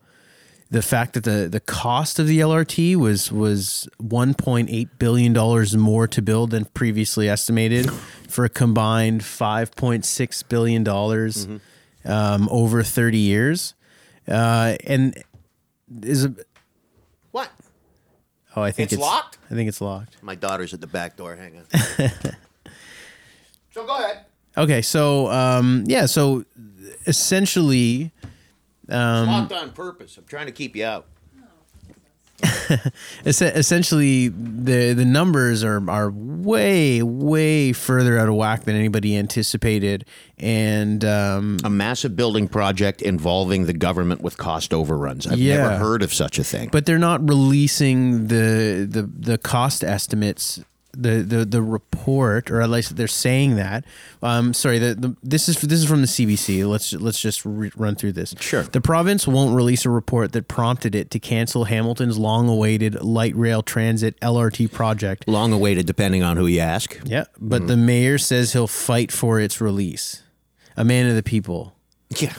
Speaker 1: the fact that the, the cost of the LRT was was 1.8 billion dollars more to build than previously estimated, for a combined 5.6 billion dollars
Speaker 2: Mm-hmm.
Speaker 1: um, over 30 years, uh, and is a,
Speaker 2: What?
Speaker 1: oh I think
Speaker 2: It's
Speaker 1: it's
Speaker 2: locked?
Speaker 1: I think it's locked.
Speaker 2: My daughter's at the back door. Hang on. so go ahead.
Speaker 1: Okay, so um, yeah, so essentially.
Speaker 2: Locked on purpose. I'm trying to keep you out.
Speaker 1: Es- essentially the the numbers are are way way further out of whack than anybody anticipated and um
Speaker 2: A massive building project involving the government with cost overruns. I've never
Speaker 1: Yeah.
Speaker 2: heard of such a thing.
Speaker 1: but they're not releasing the the the cost estimates the, the, the report or at least they're saying that um, sorry the, the, this is this is from the CBC let's let's just re- run through this
Speaker 2: Sure.
Speaker 1: the province won't release a report that prompted it to cancel Hamilton's long awaited light rail transit LRT project
Speaker 2: long awaited, depending on who you ask.
Speaker 1: Yeah, but the mayor says he'll fight for its release. A man of the people.
Speaker 2: Yeah.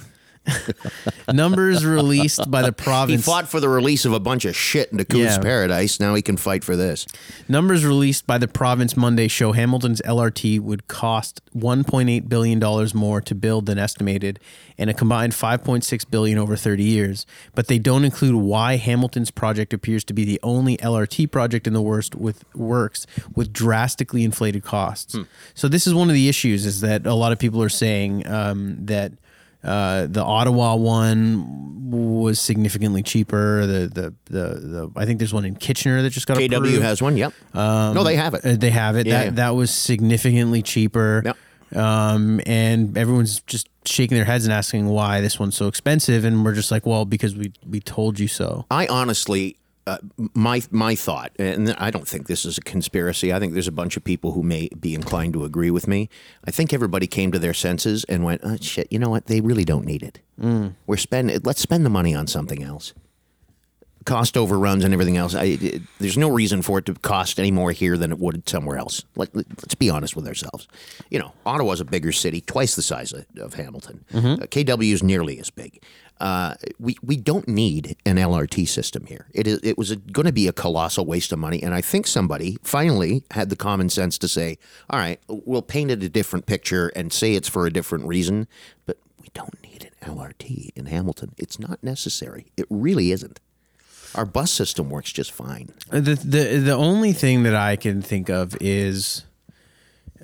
Speaker 1: Numbers released by the
Speaker 2: He
Speaker 1: province.
Speaker 2: fought for the release of a bunch of shit into Coos
Speaker 1: Yeah.
Speaker 2: Paradise. Now he can fight for this.
Speaker 1: Numbers released by the province Monday show Hamilton's LRT would cost 1.8 billion dollars more to build than estimated, and a combined 5.6 billion over 30 years. But they don't include why Hamilton's project appears to be the only LRT project in the worst with works with drastically inflated costs. So this is one of the issues: is that a lot of people are saying um, that. Uh, the Ottawa one was significantly cheaper. The, the the the I think there's one in Kitchener that just got
Speaker 2: KW
Speaker 1: approved.
Speaker 2: has one. Yep. no, they have it.
Speaker 1: Uh, they have it.
Speaker 2: Yeah,
Speaker 1: that
Speaker 2: yeah.
Speaker 1: that was significantly cheaper.
Speaker 2: Yep.
Speaker 1: Um, and everyone's just shaking their heads and asking why this one's so expensive, and we're just like, well, because we we told you so.
Speaker 2: I honestly, uh, my my thought, and I don't think this is a conspiracy. I think there's a bunch of people who may be inclined to agree with me. I think everybody came to their senses and went, oh, "Shit, you know what? They really don't need it. We're spend let's spend the money on something else." cost overruns and everything else. I, it- there's no reason for it to cost any more here than it would somewhere else. Like, let- let's be honest with ourselves. You know, Ottawa's a bigger city, twice the size of, of Hamilton. Uh, KW is nearly as big. Uh, we we don't need an LRT system here. It is it was going to be a colossal waste of money, and I think somebody finally had the common sense to say, "All right, we'll paint it a different picture and say it's for a different reason, but we don't need an LRT in Hamilton. It's not necessary. It really isn't." Our bus system works just fine.
Speaker 1: The the the only thing that I can think of is,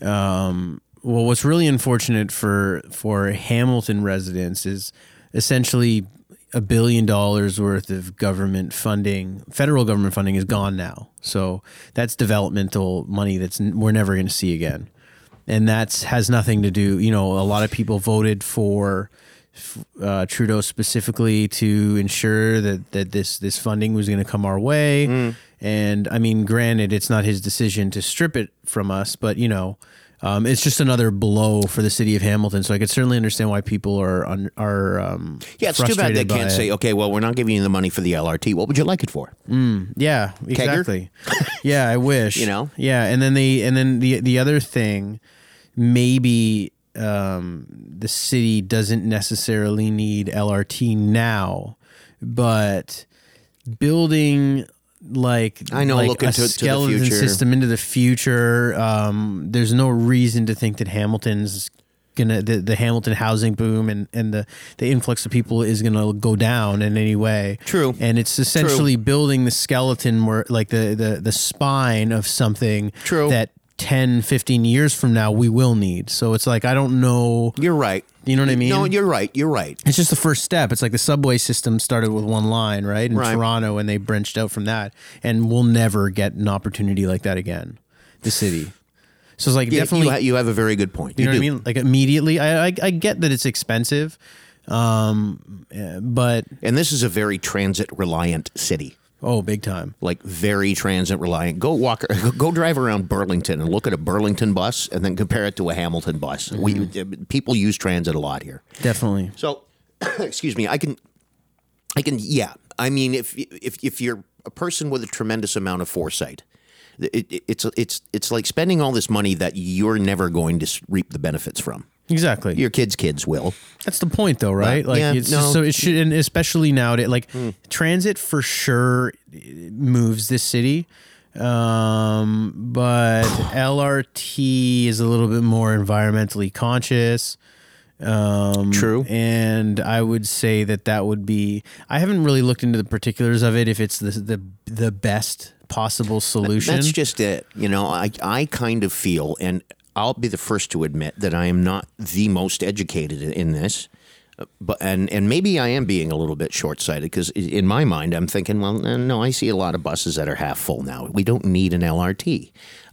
Speaker 1: um, well, what's really unfortunate for for Hamilton residents is essentially a billion dollars worth of government funding, federal government funding, is gone now. So that's developmental money that's n- we're never going to see again, and that's has nothing to do. You know, a lot of people voted for uh, Trudeau specifically to ensure that that this this funding was going to come our way.
Speaker 2: Mm.
Speaker 1: And I mean, granted, it's not his decision to strip it from us, but you know, um, it's just another blow for the city of Hamilton. So I could certainly understand why people are un, are um,
Speaker 2: Yeah, it's too bad they
Speaker 1: frustrated by
Speaker 2: can't
Speaker 1: it.
Speaker 2: say, okay, well, we're not giving you the money for the LRT. What would you like it for?
Speaker 1: Yeah, exactly. yeah, I wish.
Speaker 2: You know?
Speaker 1: Yeah, and then the and then the the other thing, maybe um, the city doesn't necessarily need LRT now, but building like
Speaker 2: I know,
Speaker 1: like
Speaker 2: looking
Speaker 1: a
Speaker 2: to- to the
Speaker 1: skeleton
Speaker 2: future.
Speaker 1: system into the future. Um, there's no reason to think that Hamilton's gonna the, the Hamilton housing boom and and the the influx of people is gonna go down in any way.
Speaker 2: True.
Speaker 1: and it's essentially building the skeleton where like the the the spine of something
Speaker 2: True.
Speaker 1: that 10 15 years from now we will need so it's like i don't know
Speaker 2: You're right.
Speaker 1: You know what I mean?
Speaker 2: No, you're right. You're right.
Speaker 1: it's just the first step it's like the subway system started with one line right in
Speaker 2: Right.
Speaker 1: toronto and they branched out from that and we'll never get an opportunity like that again the city so it's like
Speaker 2: Yeah,
Speaker 1: definitely
Speaker 2: You, ha- you have a very good point.
Speaker 1: you know
Speaker 2: do.
Speaker 1: what I mean? Like immediately, I, I I get that it's expensive, um, eh, but
Speaker 2: And this is a very transit reliant city.
Speaker 1: oh, big time.
Speaker 2: Like very transit reliant. Go walk, go drive around Burlington and look at a Burlington bus, and then compare it to a Hamilton bus.
Speaker 1: Mm-hmm.
Speaker 2: We people use transit a lot here.
Speaker 1: Definitely.
Speaker 2: So, excuse me. I can, I can. Yeah. I mean, if if if you're a person with a tremendous amount of foresight, it, it, it's it's it's like spending all this money that you're never going to s- reap the benefits from.
Speaker 1: Exactly.
Speaker 2: Your kids' kids will.
Speaker 1: That's the point, though, right?
Speaker 2: But,
Speaker 1: like,
Speaker 2: yeah,
Speaker 1: it's
Speaker 2: no. Hmm.
Speaker 1: just, so it should, and especially nowadays, like transit for sure moves this city, um, but LRT is a little bit more environmentally conscious.
Speaker 2: True.
Speaker 1: And I would say that that would be. I haven't really looked into the particulars of it. If it's the the, the best possible solution,
Speaker 2: That's just it. You know, I, I kind of feel, and I'll be the first to admit that I am not the most educated in- in this. uh, But and and maybe I am being a little bit short sighted because in my mind I'm thinking, well, eh, no, I see a lot of buses that are half full now. We don't need an LRT.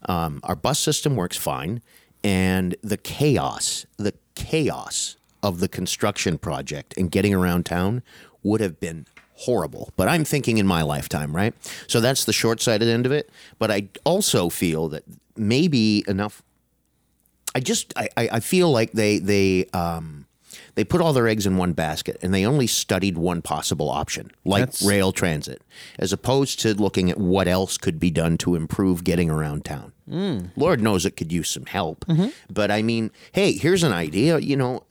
Speaker 2: Um, our bus system works fine, and the chaos, the chaos of the construction project and getting around town would have been horrible. But I'm thinking in my lifetime, right? So that's the short sighted end of it. But I also feel that maybe enough. I just I, I I feel like they they um they put all their eggs in one basket and they only studied one possible option, like
Speaker 1: That's-
Speaker 2: rail transit, as opposed to looking at what else could be done to improve getting around town. Lord knows it could use some help, but I mean, hey, here's an idea. You know,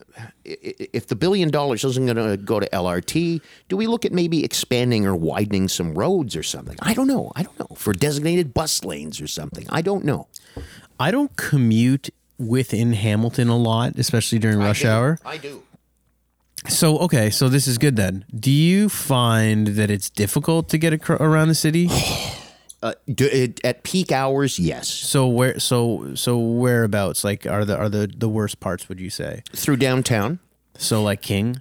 Speaker 2: i- i- if the billion dollars isn't going to go to LRT, do we look at maybe expanding or widening some roads or something? I don't know. I don't know for designated bus lanes or something. I don't know.
Speaker 1: I don't commute within Hamilton a lot, especially during rush hour.
Speaker 2: I do.
Speaker 1: So okay, so this is good then. Do you find that it's difficult to get acro- around the city?
Speaker 2: Uh, do, it, at peak hours, yes.
Speaker 1: So where so so whereabouts like are the are the the worst parts would you say?
Speaker 2: Through downtown,
Speaker 1: So like King,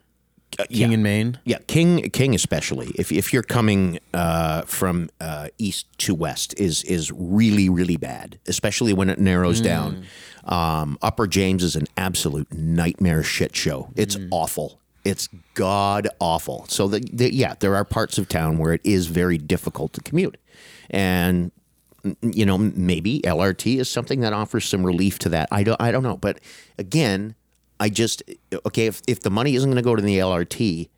Speaker 2: Uh,
Speaker 1: King
Speaker 2: yeah.
Speaker 1: and Maine.
Speaker 2: yeah, King, King especially. If if you're coming uh, from uh, east to west, is is really really bad, especially when it narrows down. Um, Upper James is an absolute nightmare shit show. It's awful. It's god awful. So the, the, yeah, there are parts of town where it is very difficult to commute, and you know maybe LRT is something that offers some relief to that. I don't I don't know, but again, I just okay if if the money isn't going to go to the LRT,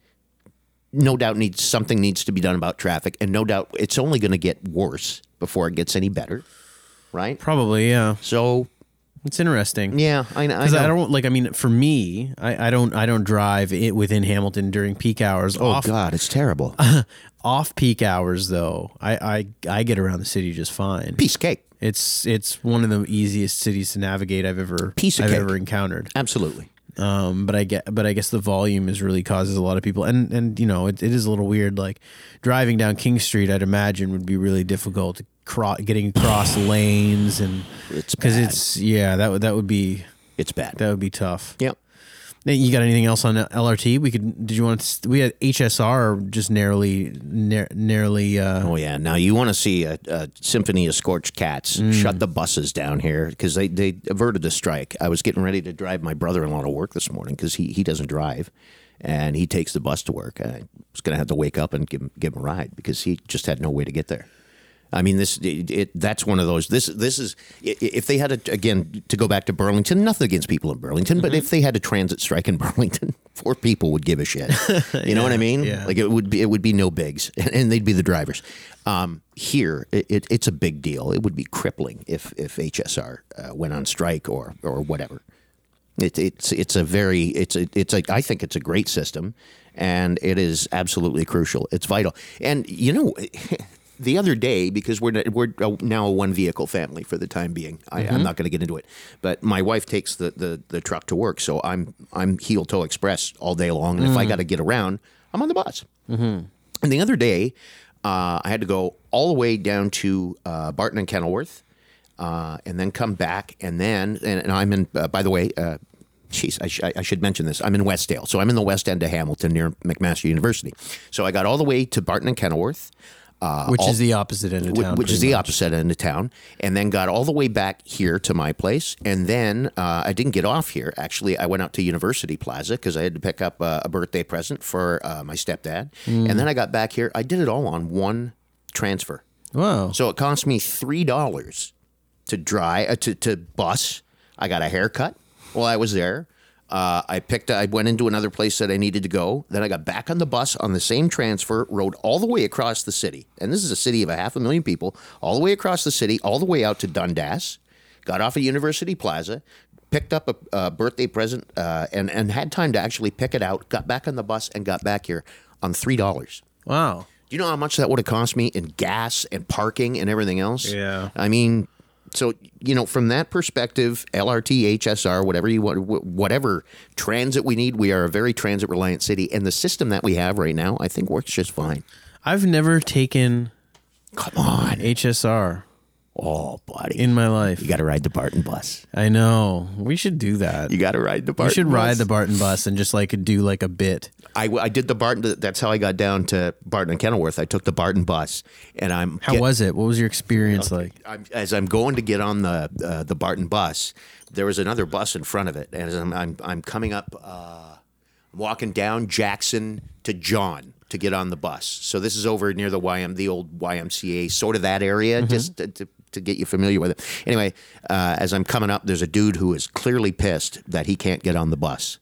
Speaker 2: no doubt needs something needs to be done about traffic, and no doubt it's only going to get worse before it gets any better, right?
Speaker 1: Probably, yeah.
Speaker 2: So
Speaker 1: It's interesting.
Speaker 2: yeah, I, I,
Speaker 1: Because I,
Speaker 2: know.
Speaker 1: don't like. I mean, for me, I, I don't. I don't drive it within Hamilton during peak hours.
Speaker 2: Oh
Speaker 1: off
Speaker 2: God, it's terrible.
Speaker 1: off peak hours, though, I, I I get around the city just fine.
Speaker 2: Piece of cake,
Speaker 1: It's it's one of the easiest cities to navigate I've ever
Speaker 2: Piece of
Speaker 1: I've
Speaker 2: cake.
Speaker 1: ever encountered.
Speaker 2: absolutely.
Speaker 1: Um, but I get but I guess the volume is really causes a lot of people and and you know it, it is a little weird. Like driving down King Street, I'd imagine would be really difficult. Cro- getting across lanes and
Speaker 2: It's
Speaker 1: because
Speaker 2: bad.
Speaker 1: it's yeah that would that would be
Speaker 2: It's bad.
Speaker 1: that would be tough.
Speaker 2: yeah.
Speaker 1: Nate, You got anything else on LRT? We could. Did you want? To, we had HSR just narrowly, nar- narrowly. Uh,
Speaker 2: Oh yeah. Now you want to see a, a symphony of scorched cats shut the buses down here because they they averted a strike. I was getting ready to drive my brother-in-law to work this morning because he he doesn't drive, and he takes the bus to work. I was gonna have to wake up and give him give him a ride because he just had no way to get there. I mean, this it, it that's one of those. This this is i- i- if they had a, again to go back to Burlington. Nothing against people in Burlington, but if they had a transit strike in Burlington, four people would give a shit. You know what I mean?
Speaker 1: yeah.
Speaker 2: Like it would be it would be no bigs, and, and they'd be the drivers. Um, here, it, it, it's a big deal. It would be crippling if if HSR uh, went on strike or or whatever. It, it's it's a very it's a, it's a I think it's a great system, and it is absolutely crucial. It's vital. And you know, the other day because we're we're now a one vehicle family for the time being. I, I'm not going to get into it, but my wife takes the, the the truck to work, so I'm I'm heel toe express all day long. And if I got to get around, I'm on the bus. And the other day, uh, I had to go all the way down to uh, Barton and Kenilworth, uh, and then come back, and then and, and I'm in. Uh, by the way, uh, geez, I, sh- I should mention this. I'm in Westdale, so I'm in the west end of Hamilton near McMaster University. So I got all the way to Barton and Kenilworth, uh,
Speaker 1: which
Speaker 2: all-
Speaker 1: is the opposite end of
Speaker 2: whi-
Speaker 1: town.
Speaker 2: which is
Speaker 1: pretty
Speaker 2: the
Speaker 1: much.
Speaker 2: opposite end of town, and then got all the way back here to my place. And then uh, I didn't get off here. Actually, I went out to University Plaza because I had to pick up uh, a birthday present for uh, my stepdad.
Speaker 1: Mm.
Speaker 2: And then I got back here. I did it all on one transfer.
Speaker 1: Wow.
Speaker 2: So it cost me three dollars to dry uh, to to bus. I got a haircut while I was there. Uh, I picked. I went into another place that I needed to go. Then I got back on the bus on the same transfer, rode all the way across the city, and this is a city of a half a million people, all the way across the city, all the way out to Dundas. Got off at University Plaza, picked up a, a birthday present, uh, and and had time to actually pick it out. Got back on the bus and got back here on three dollars.
Speaker 1: Wow.
Speaker 2: Do you know how much that would have cost me in gas and parking and everything else?
Speaker 1: Yeah.
Speaker 2: I mean, so you know, from that perspective, LRT, HSR, whatever you want, wh- whatever transit we need, we are a very transit reliant city, and the system that we have right now, I think, works just fine.
Speaker 1: I've never taken
Speaker 2: Come on,
Speaker 1: HSR
Speaker 2: oh buddy,
Speaker 1: in my life.
Speaker 2: you got to ride the Barton bus.
Speaker 1: I know. We should do that.
Speaker 2: You got to ride the Barton.
Speaker 1: We should ride
Speaker 2: bus.
Speaker 1: the Barton bus and just like do like a bit.
Speaker 2: I, I did the Barton. That's how I got down to Barton and Kenilworth. I took the Barton bus, and I'm
Speaker 1: How was it? What was your experience like?
Speaker 2: I'm, as I'm going to get on the uh, the Barton bus, there was another bus in front of it, and as I'm I'm, I'm coming up, uh, I'm walking down Jackson to John to get on the bus. So this is over near the YM, the old YMCA, sort of that area, just to, to, to get you familiar with it. Anyway, uh, as I'm coming up, there's a dude who is clearly pissed that he can't get on the bus.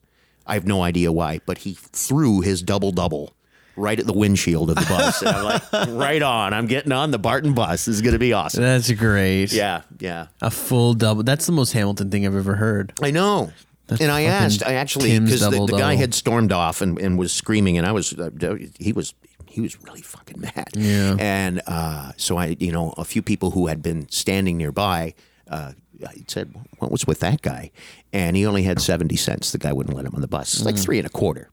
Speaker 2: I have no idea why, but he threw his double double right at the windshield of the bus. and I'm like, right on. I'm getting on the Barton bus. This is going to be awesome.
Speaker 1: That's great.
Speaker 2: Yeah, yeah.
Speaker 1: A full double. That's the most Hamilton thing I've ever heard.
Speaker 2: I know. and I
Speaker 1: fucking
Speaker 2: asked, I actually,
Speaker 1: Tim's
Speaker 2: because the, the guy
Speaker 1: double-double.
Speaker 2: had stormed off and, and was screaming, and I was, uh, he was, he was really fucking mad.
Speaker 1: Yeah.
Speaker 2: And uh, so I, you know, a few people who had been standing nearby, uh, I said, what was with that guy? And he only had 70 cents. The guy wouldn't let him on the bus. It's like
Speaker 1: Mm.
Speaker 2: three and a quarter.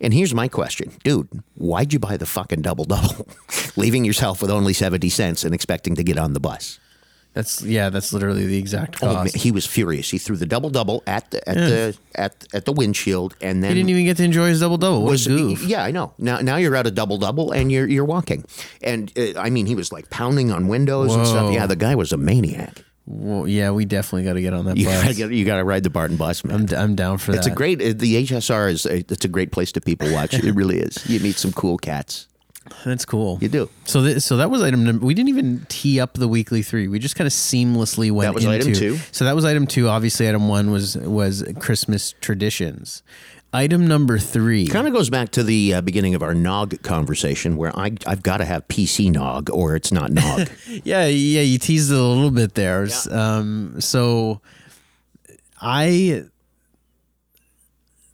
Speaker 2: And here's my question, dude, why'd you buy the fucking double double, leaving yourself with only 70 cents and expecting to get on the bus?
Speaker 1: That's yeah. That's literally the exact
Speaker 2: Oh,
Speaker 1: cost.
Speaker 2: man, he was furious. He threw the double double at the at the at at the windshield, and then
Speaker 1: he didn't even get to enjoy his double double. What
Speaker 2: was
Speaker 1: a goof.
Speaker 2: yeah, I know. Now now you're out of double double, and you're you're walking, and uh, I mean he was like pounding on windows and stuff.
Speaker 1: Whoa.
Speaker 2: Yeah, the guy was a maniac.
Speaker 1: Well, yeah, we definitely got to get on that
Speaker 2: You
Speaker 1: bus.
Speaker 2: gotta, get- you gotta ride the Barton bus, man.
Speaker 1: I'm, d- I'm down for
Speaker 2: it's
Speaker 1: that.
Speaker 2: a great. uh, The HSR is a, it's a great place to people watch. it really is. You meet some cool cats.
Speaker 1: That's cool.
Speaker 2: You do.
Speaker 1: So, th- so that was item number. We didn't even tee up the weekly three. We just kind of seamlessly went.
Speaker 2: That was
Speaker 1: into,
Speaker 2: item two.
Speaker 1: So that was item two. Obviously, item one was was Christmas traditions. Item number three.
Speaker 2: Kind of goes back to the uh, beginning of our nog conversation, where I I've got to have PC nog or it's not nog.
Speaker 1: Yeah, yeah, you teased it a little bit there. S- Um, so I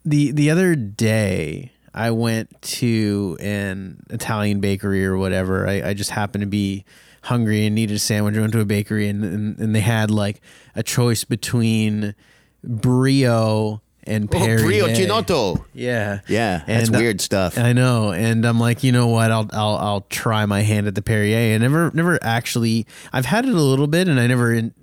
Speaker 1: the the other day I went to an Italian bakery or whatever. I, I just happened to be hungry and needed a sandwich. I went to a bakery and, and, and they had like a choice between brio and Perrier.
Speaker 2: Oh, Brio Chinotto.
Speaker 1: Yeah.
Speaker 2: Yeah, that's
Speaker 1: And, uh,
Speaker 2: weird stuff.
Speaker 1: I know, and I'm like, you know what? I'll I'll I'll try my hand at the Perrier. I never never actually. I've had it a little bit, and I never in,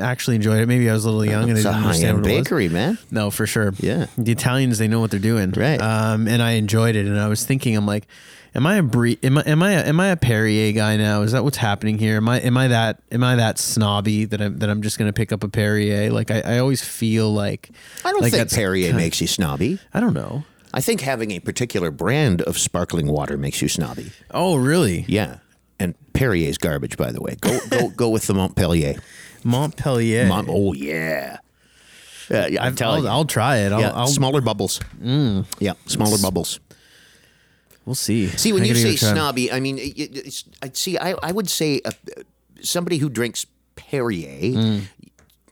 Speaker 1: actually enjoyed it. Maybe I was a little young and I
Speaker 2: it's
Speaker 1: didn't
Speaker 2: a high
Speaker 1: understand
Speaker 2: end
Speaker 1: what it was.
Speaker 2: bakery, man.
Speaker 1: No, for sure.
Speaker 2: Yeah.
Speaker 1: the Italians they know what they're doing,
Speaker 2: Right.
Speaker 1: Um, and I enjoyed it, and I was thinking, I'm like, am I a Brie? Am I am I a, am I a Perrier guy now? Is that what's happening here? Am I am I that am I that snobby that I'm that I'm just gonna pick up a Perrier? Like I, I always feel like
Speaker 2: I don't
Speaker 1: like
Speaker 2: think
Speaker 1: that's
Speaker 2: Perrier
Speaker 1: kind-
Speaker 2: makes you snobby.
Speaker 1: I don't know.
Speaker 2: I think having a particular brand of sparkling water makes you snobby.
Speaker 1: Oh, really?
Speaker 2: Yeah. And Perrier's garbage, by the way. Go go go with the Montpellier.
Speaker 1: Montpellier.
Speaker 2: Mont- oh yeah. Yeah, yeah, I'm telling
Speaker 1: I'll,
Speaker 2: you.
Speaker 1: I'll try it. I'll,
Speaker 2: yeah,
Speaker 1: I'll Mm.
Speaker 2: smaller bubbles. Yeah, smaller bubbles.
Speaker 1: we'll see.
Speaker 2: See, when
Speaker 1: I
Speaker 2: you
Speaker 1: gotta give
Speaker 2: say
Speaker 1: it a try.
Speaker 2: snobby, I mean, it- it- it's, I see. I, I would say uh somebody who drinks Perrier,
Speaker 1: Mm.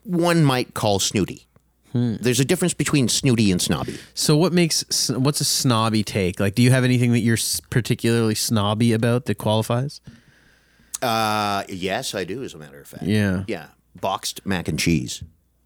Speaker 2: one might call snooty.
Speaker 1: Hmm.
Speaker 2: There's a difference between snooty and snobby.
Speaker 1: so what makes sn- what's a snobby take? Like, do you have anything that you're s- particularly snobby about that qualifies?
Speaker 2: Uh, yes, I do, as a matter of fact.
Speaker 1: Yeah.
Speaker 2: Yeah. Boxed mac and cheese.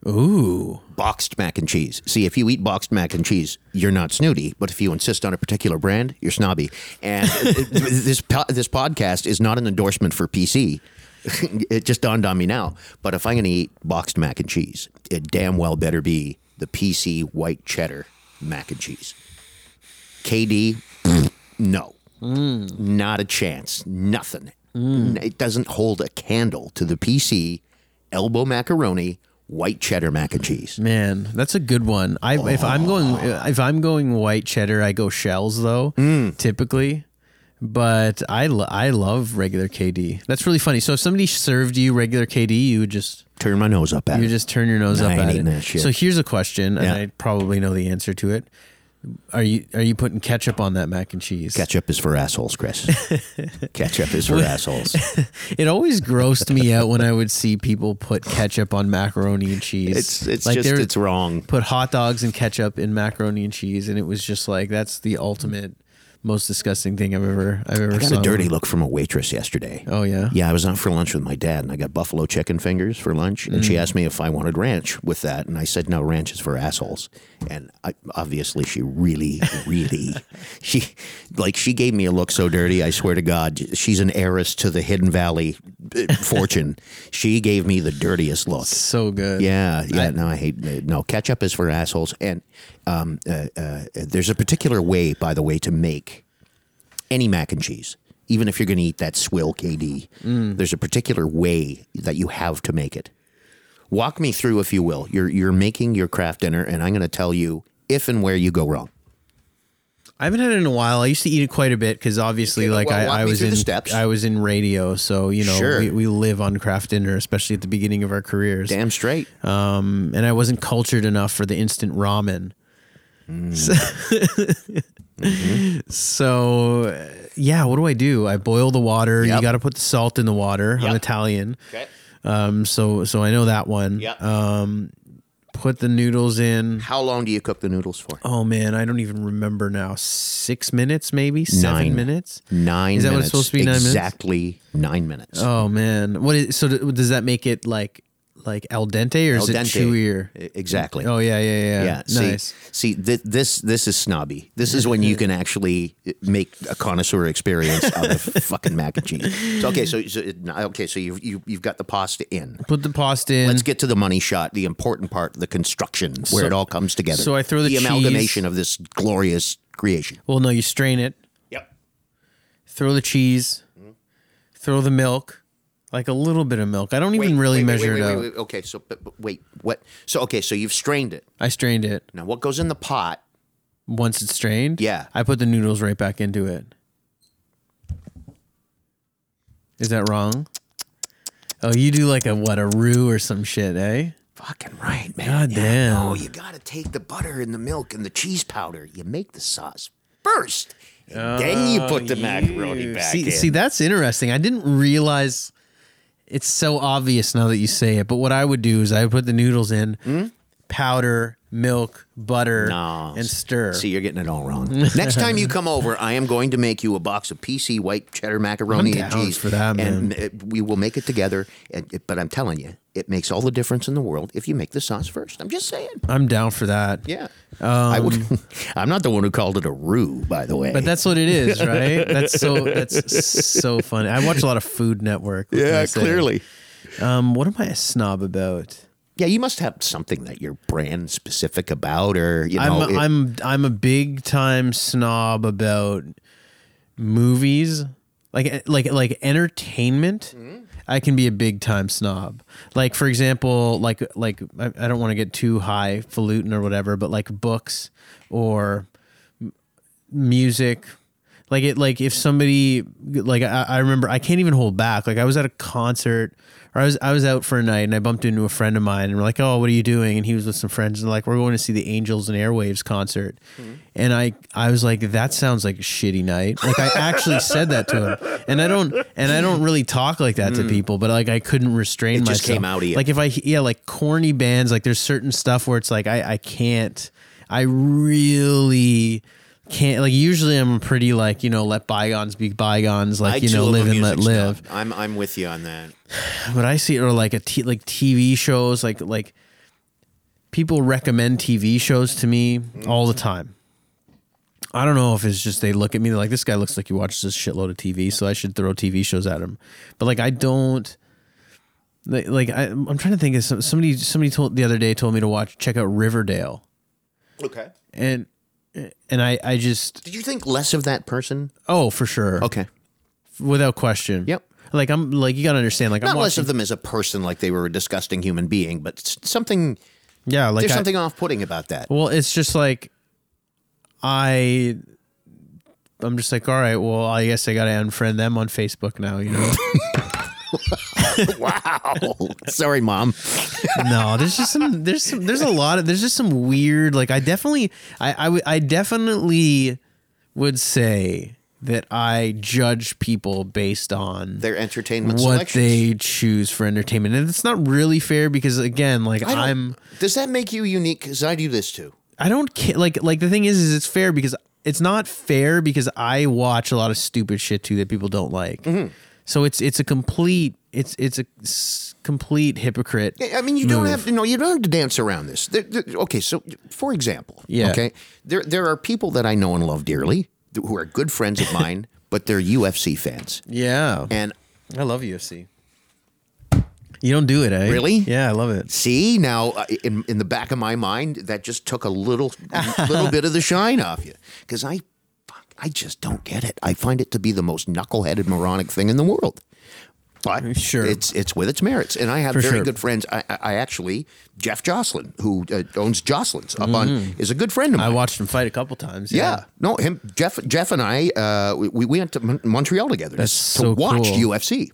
Speaker 1: Ooh,
Speaker 2: Boxed mac and cheese. See, if you eat boxed mac and cheese, you're not snooty, but if you insist on a particular brand, you're snobby. And this po- this podcast is not an endorsement for PC. it just dawned on me now. But if I'm going to eat boxed mac and cheese, it damn well better be the PC white cheddar mac and cheese. KD, no. Not a chance. Nothing. N-
Speaker 1: Mm.
Speaker 2: It doesn't hold a candle to the PC elbow macaroni, white cheddar mac and cheese.
Speaker 1: man, that's a good one. I if I'm going if I'm going white cheddar, I go shells though,
Speaker 2: Mm.
Speaker 1: typically. But I lo- I love regular KD. That's really funny. So if somebody served you regular KD, you would just
Speaker 2: Turn my nose up at
Speaker 1: You
Speaker 2: it.
Speaker 1: just turn your nose up
Speaker 2: ain't
Speaker 1: at
Speaker 2: eating
Speaker 1: it.
Speaker 2: that shit.
Speaker 1: So here's a question, and
Speaker 2: Yeah.
Speaker 1: I probably know the answer to it. Are you are you putting ketchup on that mac and cheese?
Speaker 2: Ketchup is for assholes, Chris. Ketchup is for assholes.
Speaker 1: It always grossed me out when I would see people put ketchup on macaroni and cheese.
Speaker 2: It's it's
Speaker 1: Like,
Speaker 2: just
Speaker 1: they're-
Speaker 2: it's wrong.
Speaker 1: put hot dogs and ketchup in macaroni and cheese, and it was just like that's the ultimate most disgusting thing I've ever I've ever
Speaker 2: I got
Speaker 1: saw.
Speaker 2: a dirty look from a waitress yesterday.
Speaker 1: Oh yeah.
Speaker 2: Yeah, I was out for lunch with my dad, and I got buffalo chicken fingers for lunch.
Speaker 1: Mm.
Speaker 2: And she asked me if I wanted ranch with that, and I said no, ranch is for assholes. And I, obviously, she really, really, she like she gave me a look so dirty. I swear to God, she's an heiress to the Hidden Valley uh, fortune. she gave me the dirtiest look.
Speaker 1: So good.
Speaker 2: Yeah, yeah. no, I hate no ketchup is for assholes. And um, uh, uh, there's a particular way, by the way, to make any mac and cheese. Even if you're going to eat that swill KD,
Speaker 1: Mm.
Speaker 2: there's a particular way that you have to make it. Walk me through, if you will. You're you're making your craft dinner, and I'm going to tell you if and where you go wrong.
Speaker 1: I haven't had it in a while. I used to eat it quite a bit because obviously,
Speaker 2: Okay,
Speaker 1: like
Speaker 2: well, walk
Speaker 1: I, I
Speaker 2: me
Speaker 1: was
Speaker 2: through
Speaker 1: in
Speaker 2: the steps.
Speaker 1: I was in radio, so you know
Speaker 2: Sure.
Speaker 1: we, we live on craft dinner, especially at the beginning of our careers.
Speaker 2: Damn straight.
Speaker 1: Um, and I wasn't cultured enough for the instant ramen.
Speaker 2: Mm.
Speaker 1: So, So, uh, yeah, what do I do? I boil the water. You
Speaker 2: Yep.
Speaker 1: got to put the salt in the water. I'm
Speaker 2: Yep.
Speaker 1: Italian,
Speaker 2: Okay.
Speaker 1: um, so so I know that one. Um,
Speaker 2: Yeah.
Speaker 1: Put the noodles in.
Speaker 2: How long do you cook the noodles for?
Speaker 1: Oh man, I don't even remember now. Six minutes, maybe seven
Speaker 2: Nine.
Speaker 1: minutes.
Speaker 2: Nine.
Speaker 1: Is that what
Speaker 2: minutes.
Speaker 1: it's supposed to be, nine minutes?
Speaker 2: Exactly nine minutes.
Speaker 1: Oh man, what is so? th- Does that make it like like al dente or is
Speaker 2: Al
Speaker 1: it
Speaker 2: dente.
Speaker 1: chewier?
Speaker 2: E- Exactly.
Speaker 1: Oh yeah, yeah, yeah.
Speaker 2: Yeah.
Speaker 1: nice.
Speaker 2: See, see th- this this is snobby. This is when you can actually make a connoisseur experience out of fucking mac and cheese. So, okay, so, so it- okay, so you've, you you've got the pasta in.
Speaker 1: Put the pasta in.
Speaker 2: Let's get to the money shot, the important part, the construction, where it all comes together.
Speaker 1: so I throw the cheese-
Speaker 2: amalgamation of this glorious creation.
Speaker 1: well, no, you strain it.
Speaker 2: Yep.
Speaker 1: Throw the cheese.
Speaker 2: Mm-hmm.
Speaker 1: Throw the milk. Like a little bit of milk. I don't even really measure
Speaker 2: wait,
Speaker 1: it
Speaker 2: wait,
Speaker 1: out.
Speaker 2: wait, Okay, so but, but wait, what? So okay, so you've strained it.
Speaker 1: I strained it.
Speaker 2: Now what goes in the pot?
Speaker 1: Once it's strained,
Speaker 2: Yeah.
Speaker 1: I put the noodles right back into it. Is that wrong? Oh, you do like a what a roux or some shit, eh?
Speaker 2: Fucking right, man.
Speaker 1: God damn.
Speaker 2: Oh, you gotta take the butter and the milk and the cheese powder. You make the sauce first, and then you put the macaroni back
Speaker 1: Oh, see,
Speaker 2: in.
Speaker 1: see, that's interesting. I didn't realize it's so obvious now that you say it. But what I would do is I would put the noodles in,
Speaker 2: Hmm?
Speaker 1: powder, milk, butter,
Speaker 2: No.
Speaker 1: and stir.
Speaker 2: See, you're getting it all wrong. Next time you come over, I am going to make you a box of PC white cheddar macaroni
Speaker 1: I'm
Speaker 2: and
Speaker 1: down
Speaker 2: cheese
Speaker 1: for that,
Speaker 2: And uh, we will make it together. And, but I'm telling you, it makes all the difference in the world if you make the sauce first. I'm just saying.
Speaker 1: I'm down for that.
Speaker 2: Yeah, I would. I'm not the one who called it a roux, by the way.
Speaker 1: Um, But that's what it is, right? that's so that's so funny. I watch a lot of Food Network. what can I say? Um, what am I a snob about?
Speaker 2: Yeah, you must have something that you're brand specific about, or you know,
Speaker 1: I'm
Speaker 2: it-
Speaker 1: I'm I'm a big time snob about movies, like eh, like like entertainment.
Speaker 2: Mm-hmm.
Speaker 1: I can be a big time snob. Like for example, like like I, I don't want to get too highfalutin or whatever, but like books or m- music. Like it, like if somebody, like I, I remember, I can't even hold back. Like I was at a concert, or I was I was out for a night, and I bumped into a friend of mine, and we're like, "Oh, what are you doing?" And he was with some friends, and like we're going to see the Angels and Airwaves concert,
Speaker 2: Mm-hmm.
Speaker 1: and I I was like, "That sounds like a shitty night." Like I actually said that to him, and I don't and I don't really talk like that to people, but like I couldn't restrain
Speaker 2: Mm. It
Speaker 1: myself.
Speaker 2: just came out of you.
Speaker 1: Like if I yeah, like corny bands, like there's certain stuff where it's like I I can't, I really can't. Like usually I'm pretty like you know let bygones be bygones, like
Speaker 2: I
Speaker 1: you
Speaker 2: too
Speaker 1: know
Speaker 2: love
Speaker 1: live
Speaker 2: a
Speaker 1: and let
Speaker 2: music
Speaker 1: live.
Speaker 2: snob. I'm I'm with you on that.
Speaker 1: But I see it or like a t- like TV shows, like like people recommend TV shows to me all the time. I don't know if it's just they look at me they're like this guy looks like he watches a shitload of TV, so I should throw TV shows at him. But like I don't. Like, like I, I'm trying to think of some, somebody. Somebody told the other day told me to watch check out Riverdale,
Speaker 2: Okay.
Speaker 1: and and I I just
Speaker 2: Did you think less of that person?
Speaker 1: oh for sure
Speaker 2: Okay.
Speaker 1: without question
Speaker 2: Yep.
Speaker 1: like I'm like you gotta understand like
Speaker 2: Not
Speaker 1: I'm
Speaker 2: less
Speaker 1: watching
Speaker 2: of them as a person, like they were a disgusting human being, but s- something
Speaker 1: yeah like
Speaker 2: there's
Speaker 1: I-
Speaker 2: something off-putting about that.
Speaker 1: Well, it's just like I I'm just like, all right, well, I guess I gotta unfriend them on Facebook now, you know.
Speaker 2: wow. Sorry, mom.
Speaker 1: no, there's just some there's some there's a lot of there's just some weird like I definitely I I would- I definitely would say that I judge people based on
Speaker 2: Their entertainment
Speaker 1: what
Speaker 2: selections.
Speaker 1: they choose for entertainment. And it's not really fair because again, like
Speaker 2: I don't-
Speaker 1: I'm
Speaker 2: Does that make you unique? Because I do this too.
Speaker 1: I don't care. Like, like the thing is, is it's fair because it's not fair because I watch a lot of stupid shit too that people don't like.
Speaker 2: Mm-hmm.
Speaker 1: So it's it's a complete it's it's a s- complete hypocrite.
Speaker 2: I I mean, you don't have to. No, you don't have to dance around this. There- there- okay, so for example,
Speaker 1: Yeah.
Speaker 2: Okay, there there are people that I know and love dearly th- who are good friends of mine, but they're UFC fans,
Speaker 1: Yeah,
Speaker 2: and
Speaker 1: I love UFC. You don't do it, eh?
Speaker 2: Really?
Speaker 1: Yeah, I love it.
Speaker 2: See now, uh, in in the back of my mind, that just took a little little bit of the shine off you because I, fuck, I just don't get it. I find it to be the most knuckleheaded, moronic thing in the world. But
Speaker 1: Sure.
Speaker 2: it's it's with its merits, and I have
Speaker 1: For
Speaker 2: very
Speaker 1: sure.
Speaker 2: good friends. I, I I actually Jeff Jocelyn, who uh, owns Jocelyn's up on, is a good friend of
Speaker 1: Mm-hmm. I
Speaker 2: mine.
Speaker 1: watched him fight a couple times.
Speaker 2: yeah. no, him Jeff Jeff and I, uh, we, we went to Mon- Montreal together to,
Speaker 1: That's
Speaker 2: to
Speaker 1: so
Speaker 2: watch
Speaker 1: cool.
Speaker 2: UFC.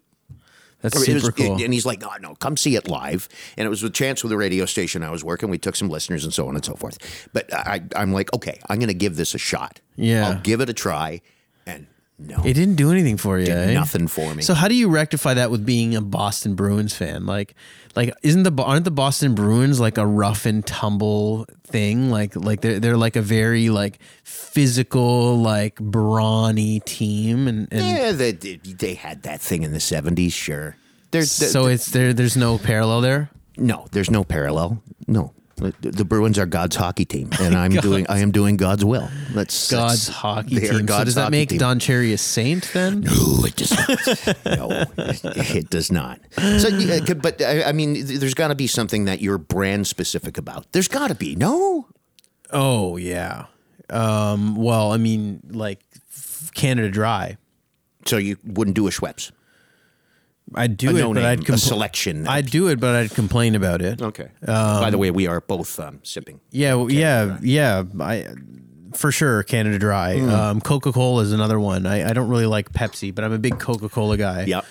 Speaker 1: that's
Speaker 2: I mean, it
Speaker 1: super
Speaker 2: was- it-
Speaker 1: cool.
Speaker 2: and he's like, oh, no, come see it live. And it was with chance with the radio station I was working. We took some listeners and so on and so forth. But I, I'm like, okay, I'm going to give this a shot.
Speaker 1: Yeah.
Speaker 2: I'll give it a try. And no,
Speaker 1: it didn't do anything for you. eh?
Speaker 2: nothing for me.
Speaker 1: So how do you rectify that with being a Boston Bruins fan? Like, like isn't the aren't the Boston Bruins like a rough and tumble thing? Like, like they're they're like a very like physical, like brawny team, and, and
Speaker 2: yeah, they, they they had that thing in the 70s, sure. There's,
Speaker 1: so it's there. There's no parallel there.
Speaker 2: no, there's no parallel. No. The, the Bruins are God's hockey team, and I'm doing I am doing God's will. Let's
Speaker 1: God's hockey team. so does that make
Speaker 2: Don?
Speaker 1: Don Cherry a saint then?
Speaker 2: No, it does not. no, it, it does not. So, yeah, it could- but I, I mean, th- there's got to be something that you're brand specific about. There's got to be. No,
Speaker 1: Oh yeah. Um, well, I mean, like f- Canada Dry.
Speaker 2: so you wouldn't do a Schweppes.
Speaker 1: I'd do
Speaker 2: A
Speaker 1: it,
Speaker 2: no
Speaker 1: but I'd
Speaker 2: name, a
Speaker 1: compl-
Speaker 2: selection.
Speaker 1: I'd do it, but I'd complain about it.
Speaker 2: okay.
Speaker 1: Um,
Speaker 2: By the way, we are both um, sipping.
Speaker 1: Yeah, well, yeah, yeah. I for sure Canada Dry.
Speaker 2: Mm.
Speaker 1: Um, Coca Cola is another one. I, I don't really like Pepsi, but I'm a big Coca Cola guy.
Speaker 2: Yeah.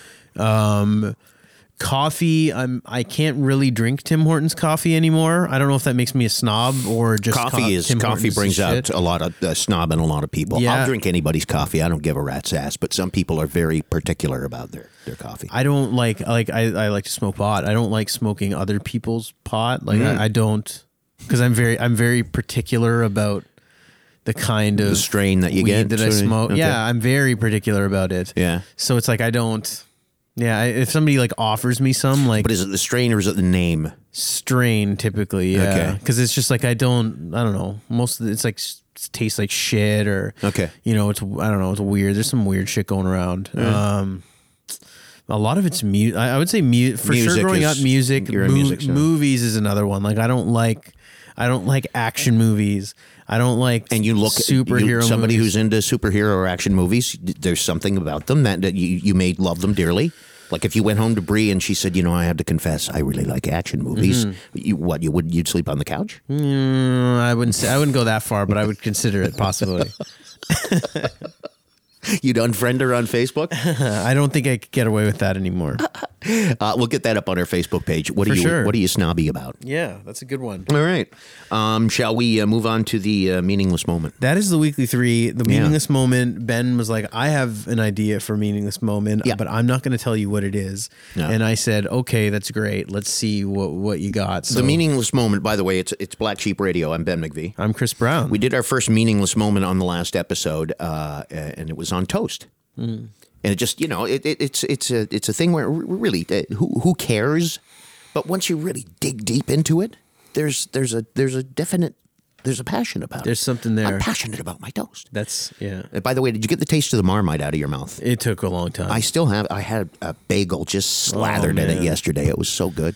Speaker 1: coffee i'm i can't really drink tim hortons coffee anymore i don't know if that makes me a snob or just
Speaker 2: Coffee
Speaker 1: co-
Speaker 2: is
Speaker 1: Tim
Speaker 2: coffee
Speaker 1: Hortons
Speaker 2: brings
Speaker 1: is
Speaker 2: out
Speaker 1: shit.
Speaker 2: a lot of uh, snob in a lot of people. I'll
Speaker 1: Yeah.
Speaker 2: drink anybody's coffee. I don't give a rat's ass. But some people are very particular about their their coffee.
Speaker 1: i don't like like I, I like to smoke pot i don't like smoking other people's pot like
Speaker 2: Mm.
Speaker 1: I, I don't because i'm very i'm very particular about the kind of
Speaker 2: strain that you
Speaker 1: weed
Speaker 2: get,
Speaker 1: that i
Speaker 2: sort of,
Speaker 1: smoke
Speaker 2: okay.
Speaker 1: yeah i'm very particular about it
Speaker 2: Yeah.
Speaker 1: so it's like i don't yeah I, if somebody like offers me some like
Speaker 2: But is it the strain or is it the name?
Speaker 1: strain typically yeah
Speaker 2: Okay.
Speaker 1: because it's just like i don't i don't know most of the, it's like s- tastes like shit or
Speaker 2: Okay.
Speaker 1: you know it's i don't know it's weird there's some weird shit going around um a lot of it's mu I, I would say mu- for
Speaker 2: Music
Speaker 1: sure growing
Speaker 2: is-
Speaker 1: up music,
Speaker 2: you're a
Speaker 1: mo-
Speaker 2: music snob.
Speaker 1: movies is another one like i don't like i don't like action movies i don't like
Speaker 2: And you look
Speaker 1: superhero
Speaker 2: you, somebody
Speaker 1: movies.
Speaker 2: who's into superhero or action movies. There's something about them that, that you you may love them dearly. Like if you went home to Bree and she said, you know, I have to confess, I really like action movies.
Speaker 1: Mm-hmm.
Speaker 2: You what? You would you'd sleep on the couch?
Speaker 1: Mm, i wouldn't say i wouldn't go that far but i would consider it possibly
Speaker 2: You'd unfriend her on Facebook.
Speaker 1: i don't think i could get away with that anymore
Speaker 2: Uh, we'll get that up on our Facebook page. What are
Speaker 1: For
Speaker 2: you
Speaker 1: sure.
Speaker 2: What are you snobby about?
Speaker 1: yeah that's a good one
Speaker 2: All right. Um, shall we uh, move on to the uh, meaningless moment?
Speaker 1: That is the weekly three. The meaningless moment. Ben was like, "I have an idea for meaningless moment,
Speaker 2: Yeah.
Speaker 1: but I'm not going to tell you what it is."
Speaker 2: No.
Speaker 1: And I said, "Okay, that's great. Let's see what what you got." So
Speaker 2: The meaningless moment, by the way, it's it's Black Sheep Radio. I'm Ben McVie.
Speaker 1: I'm Chris Brown.
Speaker 2: We did our first meaningless moment on the last episode, uh, and it was on toast.
Speaker 1: Hmm.
Speaker 2: And it just, you know, it, it, it's it's a it's a thing where r- really, uh, who who cares? But once you really dig deep into it, there's there's a there's a definite there's a passion about
Speaker 1: There's
Speaker 2: it.
Speaker 1: something there.
Speaker 2: I'm passionate about my toast.
Speaker 1: that's yeah.
Speaker 2: And by the way, did you get the taste of the marmite out of your mouth?
Speaker 1: It took a long time.
Speaker 2: I still have. I had a bagel just slathered in it yesterday. It was so good,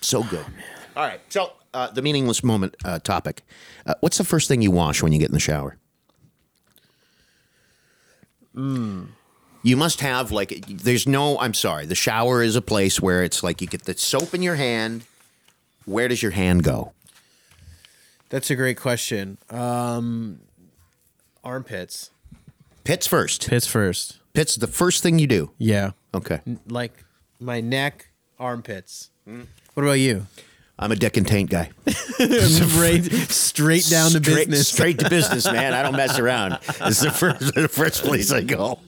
Speaker 2: so good. All right. So uh, the meaningless moment uh, topic. Uh, what's the first thing you wash when you get in the shower? You must have like. There's no. I'm sorry. The shower is a place where it's like you get the soap in your hand. Where does your hand go?
Speaker 1: that's a great question. Um, armpits.
Speaker 2: Pits first.
Speaker 1: Pits first.
Speaker 2: Pits the first thing you do.
Speaker 1: Yeah.
Speaker 2: Okay.
Speaker 1: Like my neck, armpits. What about you?
Speaker 2: I'm a dick and taint guy.
Speaker 1: Straight, straight down to
Speaker 2: straight,
Speaker 1: business.
Speaker 2: Straight to business, man. I don't mess around. It's the first the first place I go.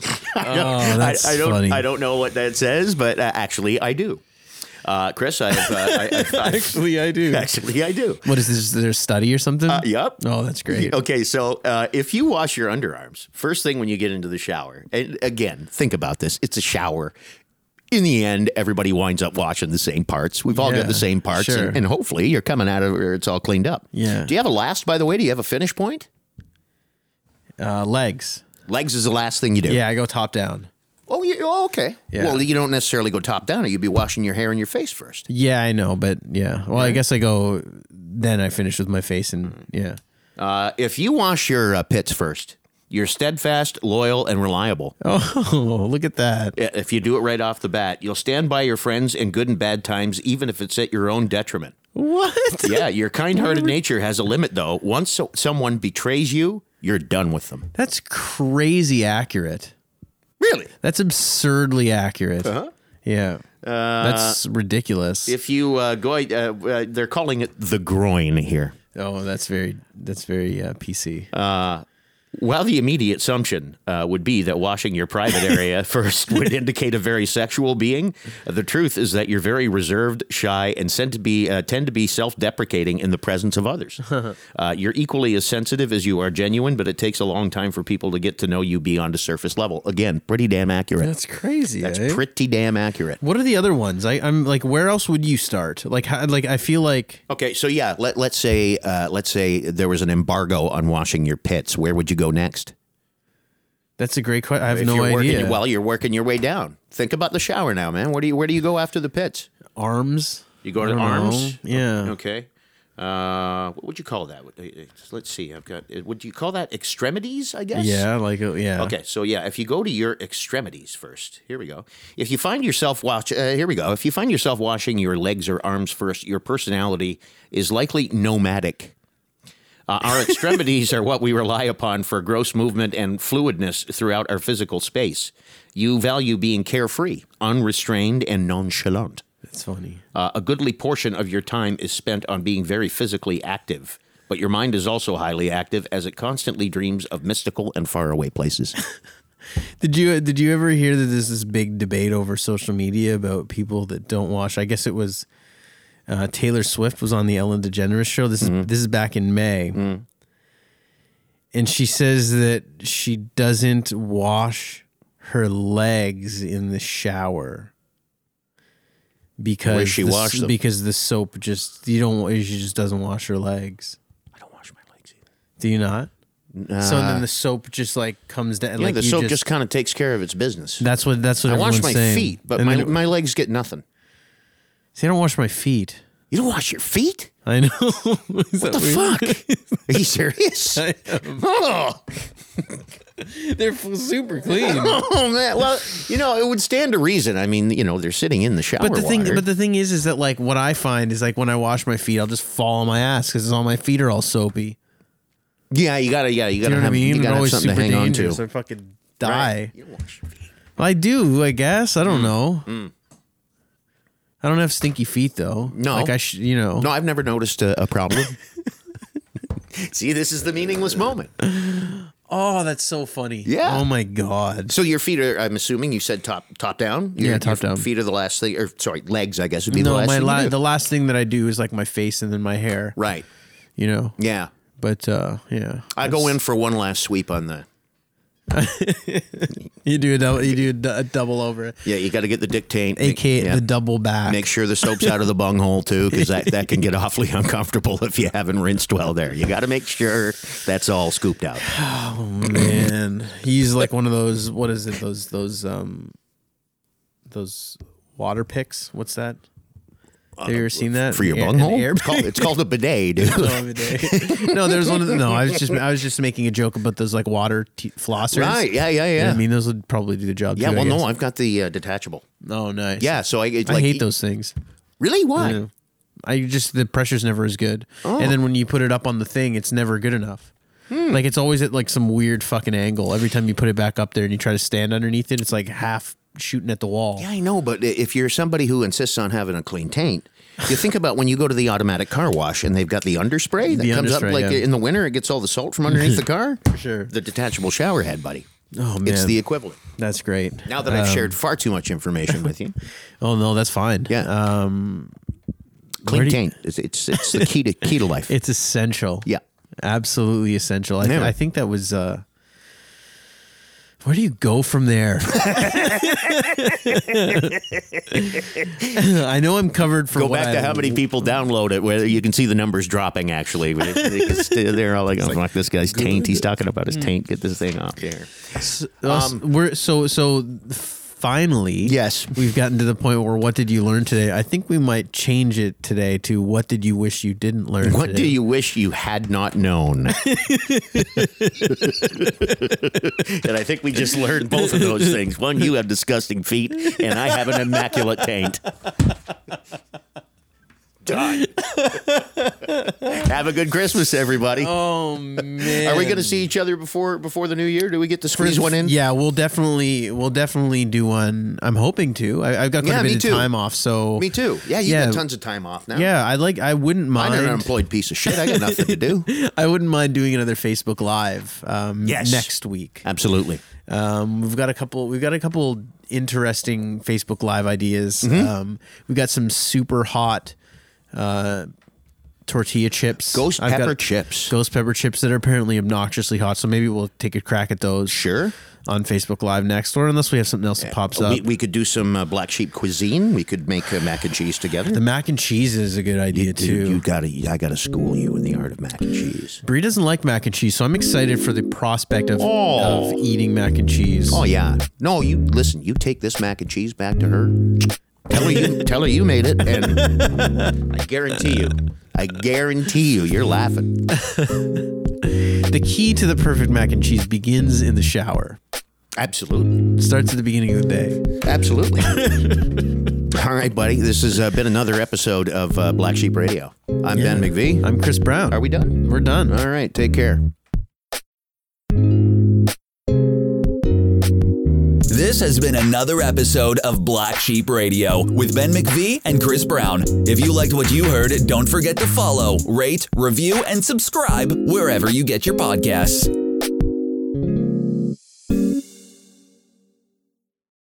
Speaker 2: I don't,
Speaker 1: Oh, that's
Speaker 2: I, I don't,
Speaker 1: funny.
Speaker 2: I don't know what that says, but uh, actually, I do. Uh, Chris, I've, uh, I, I, I,
Speaker 1: Actually, I do.
Speaker 2: actually, I do.
Speaker 1: What is this? Is there a study or something?
Speaker 2: yep.
Speaker 1: Oh, that's great.
Speaker 2: Okay, so uh, if you wash your underarms first thing when you get into the shower, and again, think about this: it's a shower. In the end, everybody winds up washing the same parts. We've all
Speaker 1: Yeah,
Speaker 2: got the same parts,
Speaker 1: sure.
Speaker 2: and, and hopefully, you're coming out of where it's all cleaned up.
Speaker 1: Yeah.
Speaker 2: Do you have a last? By the way, do you have a finish point?
Speaker 1: Uh, legs.
Speaker 2: Legs is the last thing you do.
Speaker 1: Yeah, I go top down.
Speaker 2: Oh, you, oh okay.
Speaker 1: Yeah.
Speaker 2: Well, you don't necessarily go top down. or You'd be washing your hair and your face first.
Speaker 1: Yeah, I know, but yeah. Mm. Well, I guess I go. Then I finish with my face, and yeah.
Speaker 2: Uh, if you wash your uh, pits first, you're steadfast, loyal, and reliable.
Speaker 1: Oh, look at that.
Speaker 2: I- If you do it right off the bat, you'll stand by your friends in good and bad times, even if it's at your own detriment.
Speaker 1: What?
Speaker 2: Yeah, your kind-hearted nature has a limit, though. Once so- someone betrays you, you're done with them.
Speaker 1: That's crazy accurate.
Speaker 2: Really?
Speaker 1: That's absurdly accurate. Uh-huh. Uh, Yeah. that's ridiculous.
Speaker 2: If you uh, go, uh, uh, they're calling it the groin here.
Speaker 1: oh, that's very. That's very uh, PC.
Speaker 2: Well, the immediate assumption uh, would be that washing your private area first would indicate a very sexual being, the truth is that you're very reserved, shy, and tend to be uh, tend to be self-deprecating in the presence of others. uh, you're equally as sensitive as you are genuine, but it takes a long time for people to get to know you beyond a surface level. Again, pretty damn accurate.
Speaker 1: that's crazy.
Speaker 2: That's
Speaker 1: eh?
Speaker 2: pretty damn accurate.
Speaker 1: What are the other ones? I, I'm like, where else would you start? Like, how, like I feel like
Speaker 2: Okay, so yeah, let, let's say uh, let's say there was an embargo on washing your pits. Where would you go next?
Speaker 1: that's a great question. I have
Speaker 2: If
Speaker 1: no
Speaker 2: you're
Speaker 1: idea.
Speaker 2: Working, well, you're working your way down. Think about the shower now, man. Where do you where do you go after the pits?
Speaker 1: arms.
Speaker 2: You go
Speaker 1: I
Speaker 2: to
Speaker 1: don't
Speaker 2: arms?
Speaker 1: know. Yeah.
Speaker 2: Okay. Uh, what would you call that? What- uh, uh, Let's see. I've got. uh, Would you call that extremities? I guess.
Speaker 1: Yeah, like uh, yeah.
Speaker 2: Okay, so yeah, if you go to your extremities first, here we go. If you find yourself watch, uh, here we go. If you find yourself washing your legs or arms first, your personality is likely nomadic. Uh, our extremities are what we rely upon for gross movement and fluidness throughout our physical space. You value being carefree, unrestrained, and nonchalant.
Speaker 1: That's funny.
Speaker 2: Uh, a goodly portion of your time is spent on being very physically active, but your mind is also highly active as it constantly dreams of mystical and faraway places.
Speaker 1: Did you did you ever hear that there's this big debate over social media about people that don't watch? I guess it was uh, Taylor Swift was on the Ellen DeGeneres show. This
Speaker 2: Mm-hmm.
Speaker 1: is this is back in May,
Speaker 2: Mm.
Speaker 1: and she says that she doesn't wash her legs in the shower because
Speaker 2: Where she
Speaker 1: the,
Speaker 2: wash
Speaker 1: s-
Speaker 2: them?
Speaker 1: because the soap just you don't she just doesn't wash her legs.
Speaker 2: I don't wash my legs either.
Speaker 1: Do you not? so then the soap just like comes down.
Speaker 2: Yeah,
Speaker 1: like
Speaker 2: the
Speaker 1: you
Speaker 2: soap just, kind of takes care of its business.
Speaker 1: That's what that's what
Speaker 2: I wash
Speaker 1: everyone's
Speaker 2: my
Speaker 1: saying.
Speaker 2: feet, but
Speaker 1: And
Speaker 2: my,
Speaker 1: then-
Speaker 2: my legs get nothing.
Speaker 1: see, I don't wash my feet.
Speaker 2: You don't wash your feet?
Speaker 1: I know. what
Speaker 2: The fuck? Are you serious? Oh,
Speaker 1: They're f- super clean.
Speaker 2: oh, man. Well, you know, it would stand to reason. I mean, you know, they're sitting in the shower.
Speaker 1: But the thing,
Speaker 2: water.
Speaker 1: but the thing is, is that like what I find is like when I wash my feet, I'll just fall on my ass because all my feet are all soapy.
Speaker 2: yeah, you gotta, yeah, you
Speaker 1: You
Speaker 2: gotta
Speaker 1: know what I
Speaker 2: have,
Speaker 1: mean?
Speaker 2: you
Speaker 1: They're
Speaker 2: gotta have
Speaker 1: always
Speaker 2: something
Speaker 1: super
Speaker 2: to hang on to.
Speaker 1: dangerous. I fucking die.
Speaker 2: You don't wash your feet.
Speaker 1: Well, I do, I guess. I
Speaker 2: Mm.
Speaker 1: don't know. I don't have stinky feet though.
Speaker 2: No.
Speaker 1: like I should, you know.
Speaker 2: No, I've never noticed a, a problem. See, this is the meaningless moment.
Speaker 1: Oh, that's so funny.
Speaker 2: Yeah.
Speaker 1: Oh my god.
Speaker 2: So your feet are, I'm assuming you said top top down. Your,
Speaker 1: Yeah, top
Speaker 2: your
Speaker 1: down.
Speaker 2: Feet are the last thing, or sorry, legs. I guess would be the
Speaker 1: No,
Speaker 2: last
Speaker 1: my
Speaker 2: thing. you
Speaker 1: la-
Speaker 2: do.
Speaker 1: the last thing that I do is like my face and then my hair.
Speaker 2: right.
Speaker 1: You know.
Speaker 2: Yeah.
Speaker 1: But uh, yeah.
Speaker 2: I go in for one last sweep on the.
Speaker 1: You do a double. You do a, du- a double over,
Speaker 2: Yeah, you got to get the dictate.
Speaker 1: aka
Speaker 2: yeah.
Speaker 1: the double back.
Speaker 2: Make sure the soap's out of the bunghole too, because that, that can get awfully uncomfortable if you haven't rinsed well there. You got to make sure that's all scooped out.
Speaker 1: Man, he's like one of those. What is it? Those those um, those water picks. What's that? Have you ever seen that
Speaker 2: For Uh, your
Speaker 1: Air- an
Speaker 2: bunghole?
Speaker 1: air
Speaker 2: It's called, it's called a bidet, dude.
Speaker 1: Oh, bidet. no, there's one of the, no. I was just I was just making a joke about those like water t- flossers.
Speaker 2: right. Yeah, yeah,
Speaker 1: You know what
Speaker 2: yeah.
Speaker 1: I mean, those would probably do the job.
Speaker 2: Yeah,
Speaker 1: too,
Speaker 2: well,
Speaker 1: I
Speaker 2: no,
Speaker 1: guess.
Speaker 2: I've got the uh, detachable.
Speaker 1: Oh, nice.
Speaker 2: Yeah, so I it's
Speaker 1: I
Speaker 2: like, e
Speaker 1: hate those things.
Speaker 2: Really? Why?
Speaker 1: Yeah. I just the pressure's never as good. And then when you put it up on the thing, it's never good enough. Like it's always at like some weird fucking angle. Every time you put it back up there and you try to stand underneath it, it's like half shooting at the wall.
Speaker 2: Yeah, I know, but i- if you're somebody who insists on having a clean taint, you think about when you go to the automatic car wash and they've got the underspray that
Speaker 1: The
Speaker 2: comes up
Speaker 1: underspray,
Speaker 2: like
Speaker 1: yeah.
Speaker 2: in the winter, it gets all the salt from underneath the car. For
Speaker 1: sure.
Speaker 2: The detachable shower head, buddy.
Speaker 1: Oh man,
Speaker 2: It's the equivalent.
Speaker 1: that's great. Uh,
Speaker 2: Now that I've shared far too much information with you,
Speaker 1: oh no, that's fine.
Speaker 2: yeah, um,
Speaker 1: where
Speaker 2: clean
Speaker 1: do you-
Speaker 2: taint. It's, it's it's the key to key to life.
Speaker 1: it's essential.
Speaker 2: yeah,
Speaker 1: absolutely essential. I, th-
Speaker 2: Yeah.
Speaker 1: I think that was. uh where do you go from there? I know I'm covered for
Speaker 2: go
Speaker 1: what
Speaker 2: back to
Speaker 1: I-
Speaker 2: how many people download it. Where you can see the numbers dropping. Actually, It's- they're all like, "Oh, fuck, this guy's taint. He's talking about
Speaker 1: Hmm.
Speaker 2: his taint. Get this thing off here."
Speaker 1: Um, we're so so. Finally,
Speaker 2: Yes.
Speaker 1: we've gotten to the point where what did you learn today? I think we might change it today to what did you wish you didn't learn.
Speaker 2: What
Speaker 1: today?
Speaker 2: do you wish you had not known? and I think we just learned both of those things. One, you have disgusting feet, and I have an immaculate taint. Done. have a good Christmas, everybody.
Speaker 1: Oh man,
Speaker 2: Are we going to see each other before before the new year? Do we get to squeeze one in?
Speaker 1: Yeah, we'll definitely we'll definitely do one. I'm hoping to. I, I've got quite
Speaker 2: Yeah,
Speaker 1: a
Speaker 2: me
Speaker 1: bit of
Speaker 2: too.
Speaker 1: time off, so
Speaker 2: Me too. Yeah, you
Speaker 1: Yeah.
Speaker 2: got tons of time off now.
Speaker 1: Yeah, I like. I wouldn't mind.
Speaker 2: I'm an unemployed piece of shit. I got nothing to do.
Speaker 1: I wouldn't mind doing another Facebook Live um,
Speaker 2: Yes.
Speaker 1: next week.
Speaker 2: Absolutely.
Speaker 1: Um, we've got a couple. We've got a couple interesting Facebook Live ideas.
Speaker 2: Mm-hmm.
Speaker 1: Um, we've got some super hot uh, tortilla chips,
Speaker 2: Ghost
Speaker 1: I've got
Speaker 2: pepper chips.
Speaker 1: ghost pepper chips that are apparently obnoxiously hot. So maybe we'll take a crack at those.
Speaker 2: Sure. Oh,
Speaker 1: On Facebook Live next, or unless we have something else that pops up.
Speaker 2: We, we could do some uh, black sheep cuisine. We could make uh, mac and cheese together.
Speaker 1: the mac and cheese is a good idea too.
Speaker 2: Dude, you gotta, I gotta school you in the art of mac and cheese.
Speaker 1: Bree doesn't like mac and cheese, so I'm excited for the prospect of,
Speaker 2: Oh.
Speaker 1: of eating mac and cheese.
Speaker 2: Oh yeah, no, you listen. You take this mac and cheese back to her. Tell her you, tell her you made it, and I guarantee you, I guarantee you, you're laughing.
Speaker 1: The key to the perfect mac and cheese begins in the shower.
Speaker 2: Absolutely,
Speaker 1: It starts at the beginning of the day.
Speaker 2: absolutely. All right, buddy. This has uh, been another episode of uh, Black Sheep Radio. I'm Ben McVee.
Speaker 1: I'm Chris Brown.
Speaker 2: Are we done?
Speaker 1: We're done.
Speaker 2: All right. Take care.
Speaker 3: This has been another episode of Black Sheep Radio with Ben McVee and Chris Brown. If you liked what you heard, don't forget to follow, rate, review, and subscribe wherever you get your podcasts.